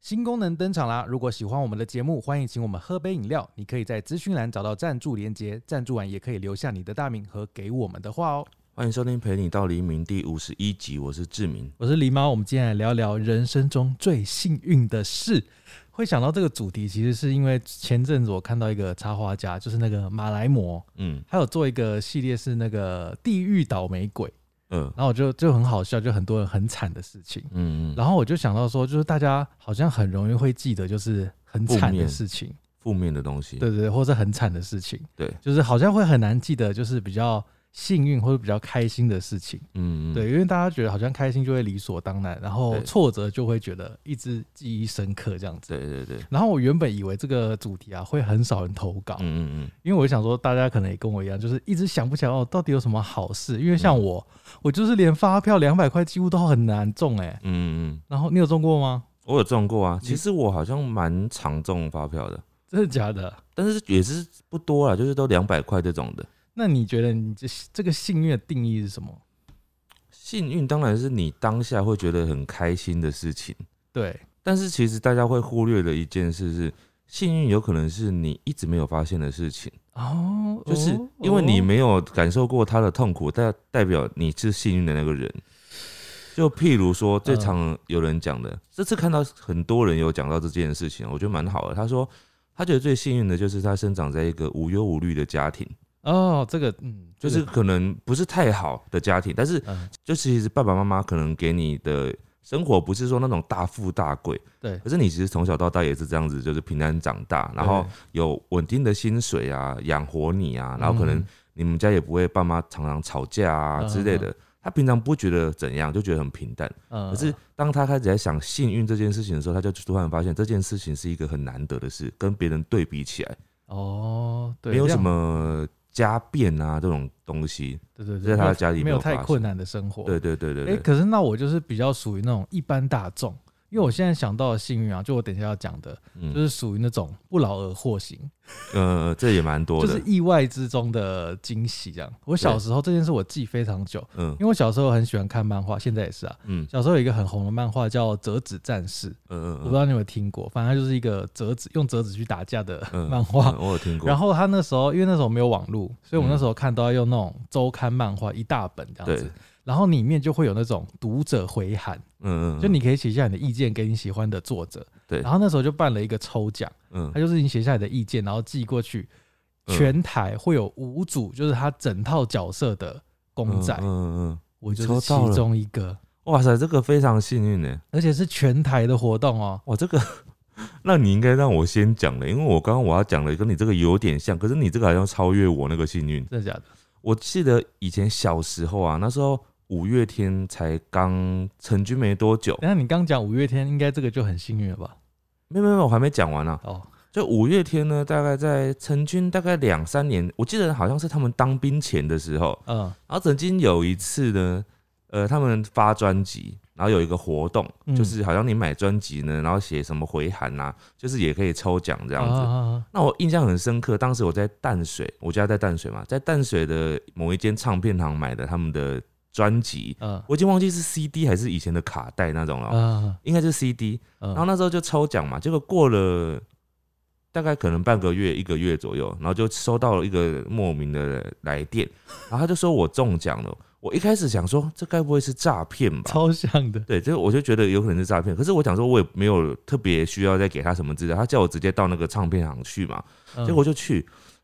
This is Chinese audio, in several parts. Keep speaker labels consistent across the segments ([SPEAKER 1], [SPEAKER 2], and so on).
[SPEAKER 1] 新功能登场啦！如果喜欢我们的节目，欢迎请我们喝杯饮料。你可以在资讯栏找到赞助连结，赞助完也可以留下你的大名和给我们的话哦。
[SPEAKER 2] 欢迎收听《陪你到黎明》第五十一集，我是志明。
[SPEAKER 1] 我是狸猫，我们今天来聊聊人生中最幸运的事。会想到这个主题，其实是因为前阵子我看到一个插画家，就是那个马来貘，
[SPEAKER 2] 嗯
[SPEAKER 1] 他有做一个系列是那个地狱倒霉鬼，
[SPEAKER 2] 嗯
[SPEAKER 1] 然后我就就很好笑，就很多人很惨的事情。
[SPEAKER 2] 嗯嗯，
[SPEAKER 1] 然后我就想到说，就是大家好像很容易会记得，就是很惨
[SPEAKER 2] 负
[SPEAKER 1] 的
[SPEAKER 2] 面
[SPEAKER 1] 事情，
[SPEAKER 2] 负面的东西。
[SPEAKER 1] 对对对，或者很惨的事情，
[SPEAKER 2] 对
[SPEAKER 1] 就是好像会很难记得，就是比较幸运或者比较开心的事情，
[SPEAKER 2] 嗯嗯
[SPEAKER 1] 对，因为大家觉得好像开心就会理所当然，然后
[SPEAKER 2] 对
[SPEAKER 1] 挫折就会觉得一直记忆深刻这样子。
[SPEAKER 2] 对对对，
[SPEAKER 1] 然后我原本以为这个主题啊会很少人投稿，
[SPEAKER 2] 嗯嗯
[SPEAKER 1] 因为我想说大家可能也跟我一样，就是一直想不起来哦到底有什么好事，因为
[SPEAKER 2] 嗯
[SPEAKER 1] 像我，我就是连发票两百块几乎都很难中哎、
[SPEAKER 2] 嗯嗯嗯，
[SPEAKER 1] 然后你有中过吗？
[SPEAKER 2] 我有中过
[SPEAKER 1] 嗯
[SPEAKER 2] 啊。其实我好像蛮常中发票的，
[SPEAKER 1] 真的假的？
[SPEAKER 2] 但是也是不多啦，啊就是都两百块这种的。
[SPEAKER 1] 那你觉得你这这个幸运的定义是什么？
[SPEAKER 2] 幸运当然是你当下会觉得很开心的事情，
[SPEAKER 1] 对，
[SPEAKER 2] 但是其实大家会忽略的一件事是，幸运有可能是你一直没有发现的事情。
[SPEAKER 1] 哦，
[SPEAKER 2] 就是
[SPEAKER 1] 哦
[SPEAKER 2] 因为你
[SPEAKER 1] 哦
[SPEAKER 2] 没有感受过他的痛苦，代代表你是幸运的那个人。就譬如说，
[SPEAKER 1] 嗯
[SPEAKER 2] 最常有人讲的，这次看到很多人有讲到这件事情，我觉得蛮好的。他说，他觉得最幸运的就是他生长在一个无忧无虑的家庭，
[SPEAKER 1] 哦，这个嗯，
[SPEAKER 2] 就
[SPEAKER 1] 这
[SPEAKER 2] 是
[SPEAKER 1] 个
[SPEAKER 2] 可能不是太好的家庭，但是
[SPEAKER 1] 嗯，
[SPEAKER 2] 就其实爸爸妈妈可能给你的生活不是说那种大富大贵，
[SPEAKER 1] 对，
[SPEAKER 2] 可是你其实从小到大也是这样子，就是平安长大，然后有稳定的薪水啊，养活你啊，然后可能
[SPEAKER 1] 嗯
[SPEAKER 2] 你们家也不会爸妈常常吵架啊
[SPEAKER 1] 嗯
[SPEAKER 2] 之类的。他平常不觉得怎样，就觉得很平淡。
[SPEAKER 1] 嗯，
[SPEAKER 2] 可是当他开始在想幸运这件事情的时候，他就突然发现这件事情是一个很难得的事，跟别人对比起来，
[SPEAKER 1] 哦，对，
[SPEAKER 2] 没有
[SPEAKER 1] 这
[SPEAKER 2] 什
[SPEAKER 1] 样，
[SPEAKER 2] 么家变啊这种东西。
[SPEAKER 1] 对对对，
[SPEAKER 2] 在他
[SPEAKER 1] 没有
[SPEAKER 2] 家里
[SPEAKER 1] 没
[SPEAKER 2] 没
[SPEAKER 1] 有
[SPEAKER 2] 有
[SPEAKER 1] 太
[SPEAKER 2] 发
[SPEAKER 1] 困难的生活，
[SPEAKER 2] 对对对对
[SPEAKER 1] 哎、
[SPEAKER 2] 对，
[SPEAKER 1] 可是那我就是比较属于那种一般大众，因为我现在想到的幸运啊，就我等一下要讲的，就
[SPEAKER 2] 嗯
[SPEAKER 1] 是属于那种不劳而获型，
[SPEAKER 2] 呃，这也蛮多
[SPEAKER 1] 就是
[SPEAKER 2] 的。
[SPEAKER 1] 意外之中的惊喜这样。我小
[SPEAKER 2] 对
[SPEAKER 1] 时候这件事我记非常久，
[SPEAKER 2] 嗯
[SPEAKER 1] 因为我小时候很喜欢看漫画，现在也是啊。
[SPEAKER 2] 嗯
[SPEAKER 1] 小时候有一个很红的漫画叫《折纸战士》，
[SPEAKER 2] 嗯
[SPEAKER 1] 我不
[SPEAKER 2] 嗯
[SPEAKER 1] 知道你有没有听过，反正它就是一个折纸用折纸去打架的
[SPEAKER 2] 嗯，
[SPEAKER 1] 漫画。
[SPEAKER 2] 嗯我有听过。
[SPEAKER 1] 然
[SPEAKER 2] 后
[SPEAKER 1] 后他那时候，因为那时候没有网络，所以我们那时候看都要用那种周刊漫画一大本这样
[SPEAKER 2] 对
[SPEAKER 1] 子，，然后里面就会有那种读者回函，
[SPEAKER 2] 嗯嗯，
[SPEAKER 1] 就你可以写下你的意见给你喜欢的作者。
[SPEAKER 2] 对
[SPEAKER 1] 然后那时候就办了一个抽奖，
[SPEAKER 2] 嗯
[SPEAKER 1] 他就是你写下你的意见，然后寄过去，
[SPEAKER 2] 嗯
[SPEAKER 1] 全台会有五组，就是他整套角色的公仔
[SPEAKER 2] 嗯，嗯嗯，
[SPEAKER 1] 我就
[SPEAKER 2] 抽
[SPEAKER 1] 是其
[SPEAKER 2] 到了
[SPEAKER 1] 中一个，
[SPEAKER 2] 嗯哇塞，这个非常幸运呢。
[SPEAKER 1] 而且是全台的活动哦。
[SPEAKER 2] 哇，这个那你应该让我先讲了，因为我刚刚我要讲的跟你这个有点像，可是你这个好像超越我那个幸运。
[SPEAKER 1] 真的假的？
[SPEAKER 2] 我记得以前小时候啊，那时候五月天才刚成军没多久，
[SPEAKER 1] 等一下你刚讲五月天，应该这个就很幸运了吧？
[SPEAKER 2] 没有没有，没有我还没讲完呢、啊。
[SPEAKER 1] 哦，
[SPEAKER 2] 就五月天呢，大概在成军大概两三年，我记得好像是他们当兵前的时候，
[SPEAKER 1] 嗯
[SPEAKER 2] 然后曾经有一次呢，呃，他们发专辑，然后有一个活动，
[SPEAKER 1] 嗯
[SPEAKER 2] 就是好像你买专辑呢，然后写什么回函啊，就是也可以抽奖这
[SPEAKER 1] 这
[SPEAKER 2] 样子。
[SPEAKER 1] 啊
[SPEAKER 2] 那我印象很深刻，当时我在淡水，我家在淡水嘛，在淡水的某一间唱片行买的他们的专辑，
[SPEAKER 1] 嗯
[SPEAKER 2] 我已经忘记是 CD 还是以前的卡带那种了，
[SPEAKER 1] 嗯
[SPEAKER 2] 应该是 CD。
[SPEAKER 1] 嗯，
[SPEAKER 2] 然后那时候就抽奖嘛，结果过了大概可能半个月、一个月左右，然后就收到了一个莫名的来电，然后他就说我中奖了。我一开始想说，这该不会是诈骗吧？
[SPEAKER 1] 超像的，
[SPEAKER 2] 对，就我就觉得有可能是诈骗。可是我想说，我也没有特别需要再给他什么资料，他叫我直接到那个唱片行去嘛。
[SPEAKER 1] 嗯
[SPEAKER 2] 结果就去，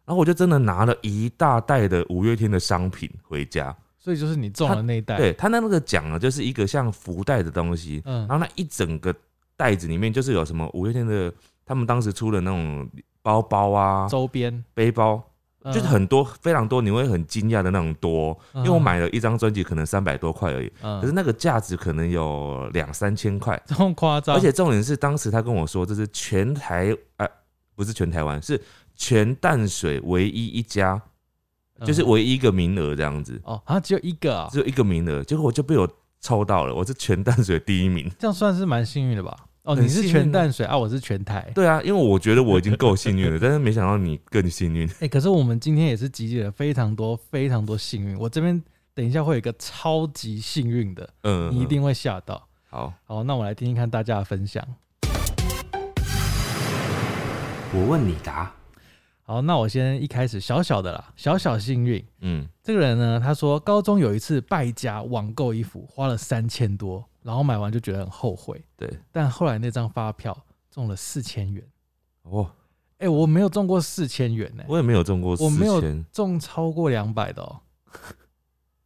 [SPEAKER 2] 然后我就真的拿了一大袋的五月天的商品回家。
[SPEAKER 1] 所以就是你中了那一代，
[SPEAKER 2] 对他那那个奖呢，就是一个像福袋的东西，
[SPEAKER 1] 嗯
[SPEAKER 2] 然后那一整个袋子里面就是有什么五月天的，他们当时出的那种包包啊、
[SPEAKER 1] 周边
[SPEAKER 2] 背包，就
[SPEAKER 1] 嗯
[SPEAKER 2] 是很多非常多，你会很惊讶的那种多。因为我买了一张专辑，可能三百多块而已，
[SPEAKER 1] 嗯，
[SPEAKER 2] 可是那个价值可能有两三千块。
[SPEAKER 1] 这么夸张，
[SPEAKER 2] 而且重点是，当时他跟我说，这是全台呃，不是全台湾，是全淡水唯一一家，
[SPEAKER 1] 嗯
[SPEAKER 2] 就是唯一一个名额这样子，
[SPEAKER 1] 哦，啊，只有一个啊，
[SPEAKER 2] 只有一个名额，结果我就被我抽到了，我是全淡水第一名。
[SPEAKER 1] 这样算是蛮幸运的吧？哦，
[SPEAKER 2] 很
[SPEAKER 1] 你是
[SPEAKER 2] 幸
[SPEAKER 1] 全
[SPEAKER 2] 运啊
[SPEAKER 1] 淡水啊，我是全台。
[SPEAKER 2] 对啊，因为我觉得我已经够幸 运了，但是没想到你更幸运。
[SPEAKER 1] 哎、可是我们今天也是集结了非常多、非常多幸运。我这边等一下会有一个超级幸运的，
[SPEAKER 2] 嗯，
[SPEAKER 1] 你一定会吓到。
[SPEAKER 2] 好。
[SPEAKER 1] 好，那我来听听看大家的分享。
[SPEAKER 3] 我问你答。
[SPEAKER 1] 好，那我先一开始小小的啦，小小幸运。
[SPEAKER 2] 嗯，
[SPEAKER 1] 这个人呢，他说高中有一次败家网购衣服，花了三千多，然后买完就觉得很后悔，
[SPEAKER 2] 对，
[SPEAKER 1] 但后来那张发票中了四千元。
[SPEAKER 2] 哦，
[SPEAKER 1] 哎、我没有中过四千元呢、
[SPEAKER 2] 我也没有中过
[SPEAKER 1] 我
[SPEAKER 2] 四
[SPEAKER 1] 没有
[SPEAKER 2] 千，
[SPEAKER 1] 中超过两百的哦、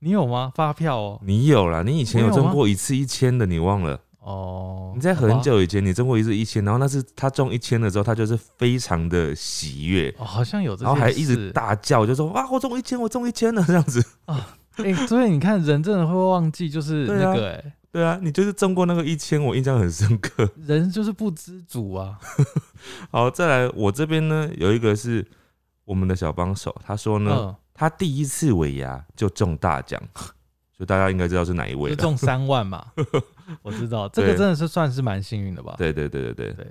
[SPEAKER 1] 你有吗？发票哦、
[SPEAKER 2] 你有啦，你以前有
[SPEAKER 1] 我有
[SPEAKER 2] 中
[SPEAKER 1] 吗
[SPEAKER 2] 过一次一千的，你忘了？
[SPEAKER 1] 哦，
[SPEAKER 2] 你在
[SPEAKER 1] 好吧
[SPEAKER 2] 很久以前你中过一次一千，然后那是他中一千了之后，他就是非常的喜悦，
[SPEAKER 1] 哦，好像有这件事，
[SPEAKER 2] 然后还一直大叫，就说哇，我中一千，我中一千了这样子。
[SPEAKER 1] 哎、所以你看，人真的会忘记，就是
[SPEAKER 2] 对啊
[SPEAKER 1] 那个、哎、
[SPEAKER 2] 对啊，你就是中过那个一千，我印象很深刻。
[SPEAKER 1] 人就是不知足啊。
[SPEAKER 2] 好，再来我这边呢有一个是我们的小帮手，他说呢，
[SPEAKER 1] 嗯，
[SPEAKER 2] 他第一次尾牙就中大奖， 所以大家应该知道是哪一位
[SPEAKER 1] 就
[SPEAKER 2] 了。
[SPEAKER 1] 中三万嘛， 我知道这个
[SPEAKER 2] 对
[SPEAKER 1] 真的是算是蛮幸运的吧。，
[SPEAKER 2] 对对对对对，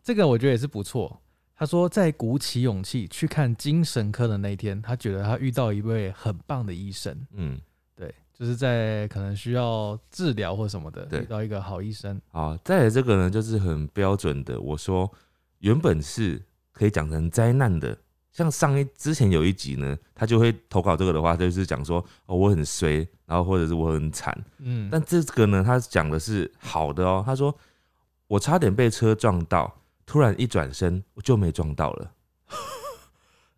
[SPEAKER 1] 这个我觉得也是不错。他说，在鼓起勇气去看精神科的那一天，他觉得他遇到一位很棒的医生，
[SPEAKER 2] 嗯，
[SPEAKER 1] 对，就是在可能需要治疗或什么的，
[SPEAKER 2] 对
[SPEAKER 1] 遇到一个好医生。
[SPEAKER 2] 好，再来这个呢就是很标准的，我说原本是可以讲成灾难的。像上一之前有一集呢，他就会投稿这个的话，就是讲说哦我很衰，然后或者是我很惨，
[SPEAKER 1] 嗯，
[SPEAKER 2] 但这个呢，他讲的是好的哦。他说我差点被车撞到，突然一转身我就没撞到了。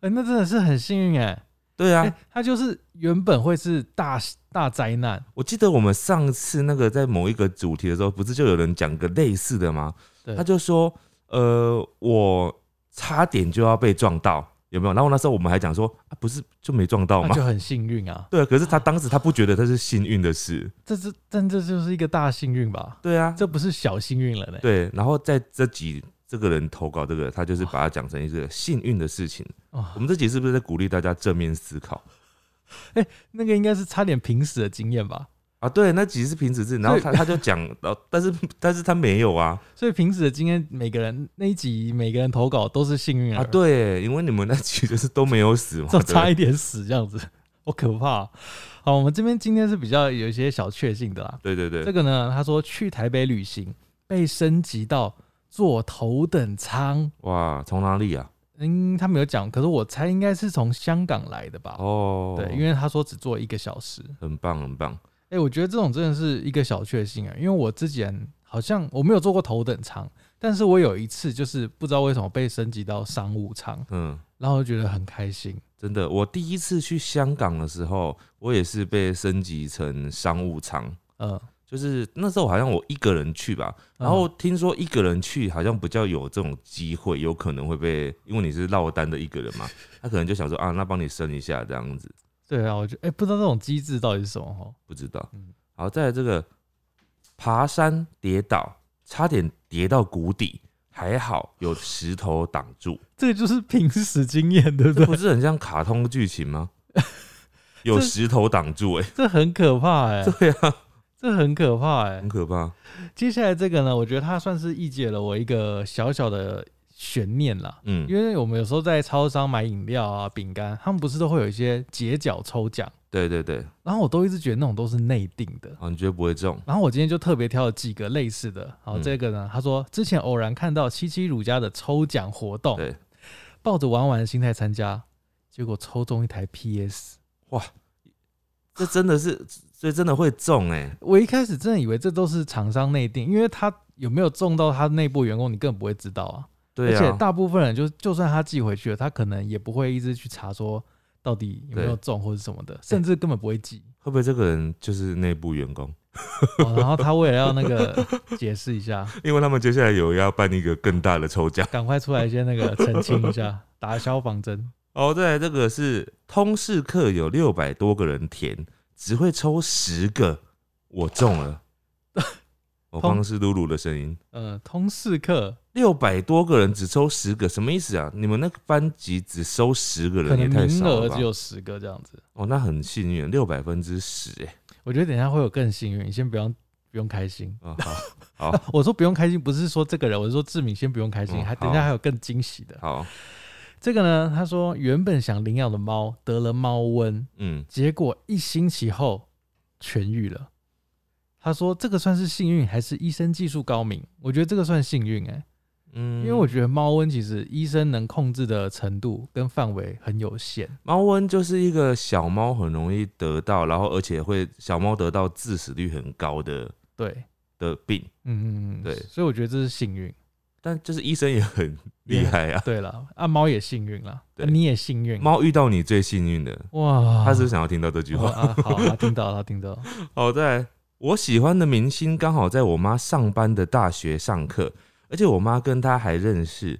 [SPEAKER 1] 哎、那真的是很幸运哎、
[SPEAKER 2] 对啊，
[SPEAKER 1] 哎他就是原本会是大大灾难，
[SPEAKER 2] 我记得我们上次那个在某一个主题的时候，不是就有人讲个类似的吗？
[SPEAKER 1] 对
[SPEAKER 2] 他就说呃，我差点就要被撞到，有没有？然后那时候我们还讲说啊，不是就没撞到
[SPEAKER 1] 那
[SPEAKER 2] 吗
[SPEAKER 1] 就？很幸运啊。
[SPEAKER 2] 对啊，可是他当时他不觉得他是幸运的事，
[SPEAKER 1] 这是，但这就是一个大幸运吧？
[SPEAKER 2] 对啊，
[SPEAKER 1] 这不是小幸运了呢。
[SPEAKER 2] 对。然后在这集这个人投稿这个，他就是把它讲成一个幸运的事情。我
[SPEAKER 1] 哦，
[SPEAKER 2] 们这集是不是在鼓励大家正面思考
[SPEAKER 1] 那个应该是差点平死的经验吧？
[SPEAKER 2] 啊？对，那集是平时是，然后他他就讲， 然后但是但是他没有啊
[SPEAKER 1] 所以平死的经验，每个人那一集每个人投稿都是幸运
[SPEAKER 2] 啊，
[SPEAKER 1] 儿，，
[SPEAKER 2] 对，因为你们那集就是都没有死嘛，
[SPEAKER 1] 就
[SPEAKER 2] 对不
[SPEAKER 1] 嗯
[SPEAKER 2] 对
[SPEAKER 1] 差一点死这样子， 好可怕啊、好，我们这边今天是比较有一些小确幸的啦。
[SPEAKER 2] 对对对，
[SPEAKER 1] 这个呢，他说去台北旅行被升级到坐头等舱，
[SPEAKER 2] 哇，从哪里啊？
[SPEAKER 1] 嗯，他没有讲，可是我猜应该是从香港来的吧？
[SPEAKER 2] 哦，
[SPEAKER 1] 对，因为他说只坐一个小时。
[SPEAKER 2] 很棒很棒，
[SPEAKER 1] 哎、我觉得这种真的是一个小确幸啊，因为我之前好像我没有坐过头等舱，但是我有一次就是不知道为什么被升级到商务舱，
[SPEAKER 2] 嗯，
[SPEAKER 1] 然后我就觉得很开心。
[SPEAKER 2] 真的，我第一次去香港的时候，我也是被升级成商务舱，
[SPEAKER 1] 嗯，
[SPEAKER 2] 就是那时候好像我一个人去吧，然后听说一个人去好像比较有这种机会，有可能会被，因为你是落单的一个人嘛，他可能就想说啊，那帮你升一下这样子，
[SPEAKER 1] 对啊，我觉得哎、不知道这种机制到底是什么哦。
[SPEAKER 2] 不知道
[SPEAKER 1] 嗯。
[SPEAKER 2] 好，再来这个爬山跌倒，差点跌到谷底，还好有石头挡 住，
[SPEAKER 1] 这个就是平时经验，对 不
[SPEAKER 2] 这不
[SPEAKER 1] 对？
[SPEAKER 2] 是很像卡通剧 情吗？有石头挡住、欸，
[SPEAKER 1] 这很可怕哎、
[SPEAKER 2] 哎，对啊，
[SPEAKER 1] 这很可怕哎、
[SPEAKER 2] 很可怕。
[SPEAKER 1] 接下来这个呢，我觉得它算是一解了我一个小小的悬念啦。
[SPEAKER 2] 嗯，
[SPEAKER 1] 因为我们有时候在超商买饮料啊、饼干，他们不是都会有一些解脚抽奖，
[SPEAKER 2] 对对对，
[SPEAKER 1] 然后我都一直觉得那种都是内定的，
[SPEAKER 2] 好，你觉得不会中？
[SPEAKER 1] 然后我今天就特别挑了几个类似的，好，
[SPEAKER 2] 嗯
[SPEAKER 1] 这个呢，他说之前偶然看到七七乳家的抽奖活动，
[SPEAKER 2] 对，
[SPEAKER 1] 抱着玩玩的心态参加，结果抽中一台 PS。
[SPEAKER 2] 这真的是，所以真的会中、欸，哎，
[SPEAKER 1] 我一开始真的以为这都是厂商内定，因为他有没有中到他内部员工，你根本不会知道啊。
[SPEAKER 2] 对
[SPEAKER 1] 而且
[SPEAKER 2] 啊，
[SPEAKER 1] 大部分人就就算他寄回去了，他可能也不会一直去查说到底有没有
[SPEAKER 2] 对
[SPEAKER 1] 中或者什么的，甚至根本不会寄。
[SPEAKER 2] 会不会这个人就是内部员工？
[SPEAKER 1] 哦然后他为了要那个解释一下，
[SPEAKER 2] 因为他们接下来有要办一个更大的抽奖。
[SPEAKER 1] 赶快出来先那个澄清一下，打消防针。
[SPEAKER 2] 哦，再来这个是通识课有六百多个人填，只会抽十个，我中 了。
[SPEAKER 1] 通
[SPEAKER 2] 我刚刚是露露的声音，
[SPEAKER 1] 呃，通识课
[SPEAKER 2] 六百多个人只抽十个，什么意思啊？你们那个班级只收十个
[SPEAKER 1] 可
[SPEAKER 2] 人也
[SPEAKER 1] 能
[SPEAKER 2] 太
[SPEAKER 1] 名
[SPEAKER 2] 少
[SPEAKER 1] 额
[SPEAKER 2] 了吧
[SPEAKER 1] 只？有十个这样子。
[SPEAKER 2] 哦，那很幸运，六百分之十哎。
[SPEAKER 1] 我觉得等一下会有更幸运，你先不要不用开心。
[SPEAKER 2] 啊、 好，好，
[SPEAKER 1] 我说不用开心，不是说这个人，我是说志敏先不用开心，
[SPEAKER 2] 嗯
[SPEAKER 1] 还
[SPEAKER 2] 好
[SPEAKER 1] 等一下还有更惊喜的。
[SPEAKER 2] 好，
[SPEAKER 1] 这个呢，他说原本想领养的猫得了猫瘟，
[SPEAKER 2] 嗯，
[SPEAKER 1] 结果一星期后痊愈了。他说这个算是幸运还是医生技术高明？我觉得这个算幸运哎、
[SPEAKER 2] 嗯，
[SPEAKER 1] 因为我觉得猫瘟其实医生能控制的程度跟范围很有限。
[SPEAKER 2] 猫瘟就是一个小猫很容易得到，然后而且会小猫得到致死率很高的
[SPEAKER 1] 对，
[SPEAKER 2] 的病，
[SPEAKER 1] 嗯嗯嗯，
[SPEAKER 2] 对
[SPEAKER 1] 所以我觉得这是幸运。
[SPEAKER 2] 但就是医生也很 厉害啊。
[SPEAKER 1] 对了，啊，猫也幸运了，
[SPEAKER 2] 对
[SPEAKER 1] 啊你也幸运，
[SPEAKER 2] 猫遇到你最幸运的，
[SPEAKER 1] 哇，
[SPEAKER 2] 他是想要听到这句
[SPEAKER 1] 哦
[SPEAKER 2] 话。
[SPEAKER 1] 啊，好，他听到了，他听到了，
[SPEAKER 2] 好，再来，我喜欢的明星刚好在我妈上班的大学上课，而且我妈跟他还认识，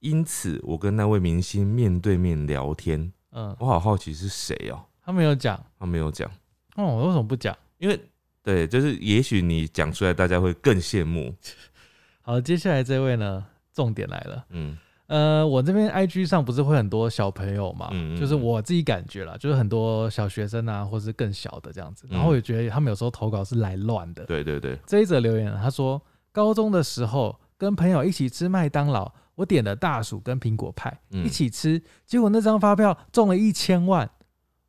[SPEAKER 2] 因此我跟那位明星面对面聊天。
[SPEAKER 1] 嗯，
[SPEAKER 2] 我好好奇是谁哦，
[SPEAKER 1] 他没有讲，
[SPEAKER 2] 他没有讲，
[SPEAKER 1] 哦，我为什么不讲？
[SPEAKER 2] 因为对，就是也许你讲出来，大家会更羡慕。
[SPEAKER 1] 好，接下来这位呢，重点来了。
[SPEAKER 2] 嗯
[SPEAKER 1] 呃，我这边 IG 上不是会很多小朋友嘛，
[SPEAKER 2] 嗯嗯
[SPEAKER 1] 就是
[SPEAKER 2] 嗯
[SPEAKER 1] 我自己感觉啦，就是很多小学生啊，或是更小的这样子。然
[SPEAKER 2] 嗯
[SPEAKER 1] 后我也觉得他们有时候投稿是来乱的。
[SPEAKER 2] 对对对，
[SPEAKER 1] 这一则留言，他说高中的时候跟朋友一起吃麦当劳，我点了大薯跟苹果派、
[SPEAKER 2] 嗯
[SPEAKER 1] 一起吃，结果那张发票中了一千万，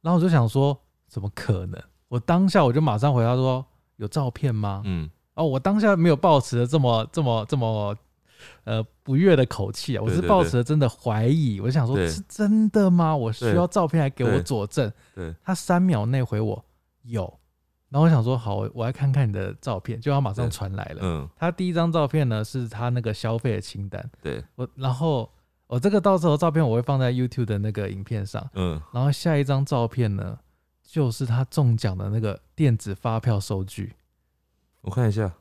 [SPEAKER 1] 然后我就想说，怎么可能？我当下我就马上回答说，有照片吗？
[SPEAKER 2] 嗯，
[SPEAKER 1] 哦，我当下没有抱持着这么这么这么呃不悦的口气啊，我
[SPEAKER 2] 对
[SPEAKER 1] 是
[SPEAKER 2] 对
[SPEAKER 1] 抱
[SPEAKER 2] 对
[SPEAKER 1] 持着真的怀疑，我想说
[SPEAKER 2] 对
[SPEAKER 1] 是真的吗？我需
[SPEAKER 2] 对
[SPEAKER 1] 要照片来给我
[SPEAKER 2] 对
[SPEAKER 1] 佐证。
[SPEAKER 2] 对，
[SPEAKER 1] 他三秒内回我有，然后我想说好，我我来看看你的照片，就要马上
[SPEAKER 2] 对
[SPEAKER 1] 传来了。
[SPEAKER 2] 嗯，
[SPEAKER 1] 他第一张照片呢是他那个消费的清单，
[SPEAKER 2] 对，
[SPEAKER 1] 我然后我、这个到时候照片我会放在 YouTube 的那个影片上，
[SPEAKER 2] 嗯，
[SPEAKER 1] 然后下一张照片呢就是他中奖的那个电子发票收据。
[SPEAKER 2] 我看一下，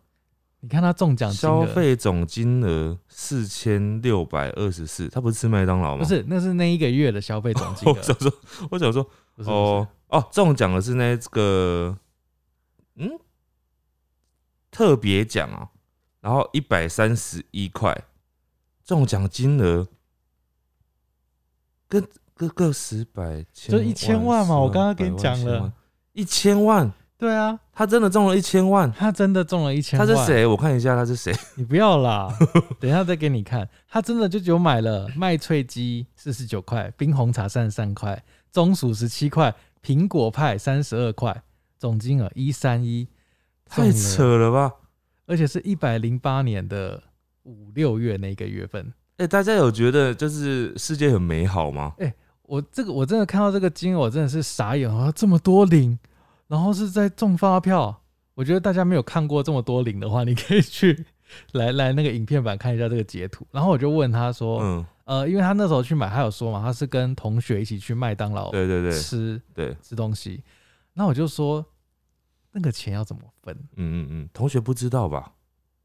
[SPEAKER 1] 你看他中奖金
[SPEAKER 2] 消
[SPEAKER 1] 额
[SPEAKER 2] 费总金额四千六百二十四，他不是吃麦当劳吗？
[SPEAKER 1] 不，是，那是那一个月的消费总金额
[SPEAKER 2] 我。想说，我想说，
[SPEAKER 1] 不是
[SPEAKER 2] 哦，哦，中奖的是那个，嗯，特别奖啊，然后一百三十一块，中奖金额跟跟个十百千
[SPEAKER 1] 就
[SPEAKER 2] 万，
[SPEAKER 1] 一千万嘛
[SPEAKER 2] 十
[SPEAKER 1] 我刚刚跟你
[SPEAKER 2] 百万
[SPEAKER 1] 讲
[SPEAKER 2] 千
[SPEAKER 1] 了
[SPEAKER 2] 万，一千万，
[SPEAKER 1] 对啊，
[SPEAKER 2] 他真的中了一千万，
[SPEAKER 1] 他真的中了一千
[SPEAKER 2] 他
[SPEAKER 1] 万。
[SPEAKER 2] 是？谁？我看一下他是谁，
[SPEAKER 1] 你不要啦，等一下再给你看。他真的就只有买了麦脆鸡四十九块，冰红茶三十三块，中薯十七块，苹果派三十二块，总金额一三一，
[SPEAKER 2] 太扯了吧！
[SPEAKER 1] 而且是一百零八年的五六月那个月份。
[SPEAKER 2] 哎、大家有觉得就是世界很美好吗？
[SPEAKER 1] 我这个我真的看到这个金额，我真的是傻眼啊！这么多零，然后是在中发票。我觉得大家没有看过这么多零的话，你可以去 来来那个影片版看一下这个截图。然后我就问他说，
[SPEAKER 2] 嗯，
[SPEAKER 1] 呃，因为他那时候去买，他有说嘛，他是跟同学一起去麦当劳
[SPEAKER 2] 对对对
[SPEAKER 1] 吃
[SPEAKER 2] 对，
[SPEAKER 1] 吃东西。那我就说，那个钱要怎么分？
[SPEAKER 2] 嗯嗯嗯，同学不知道吧？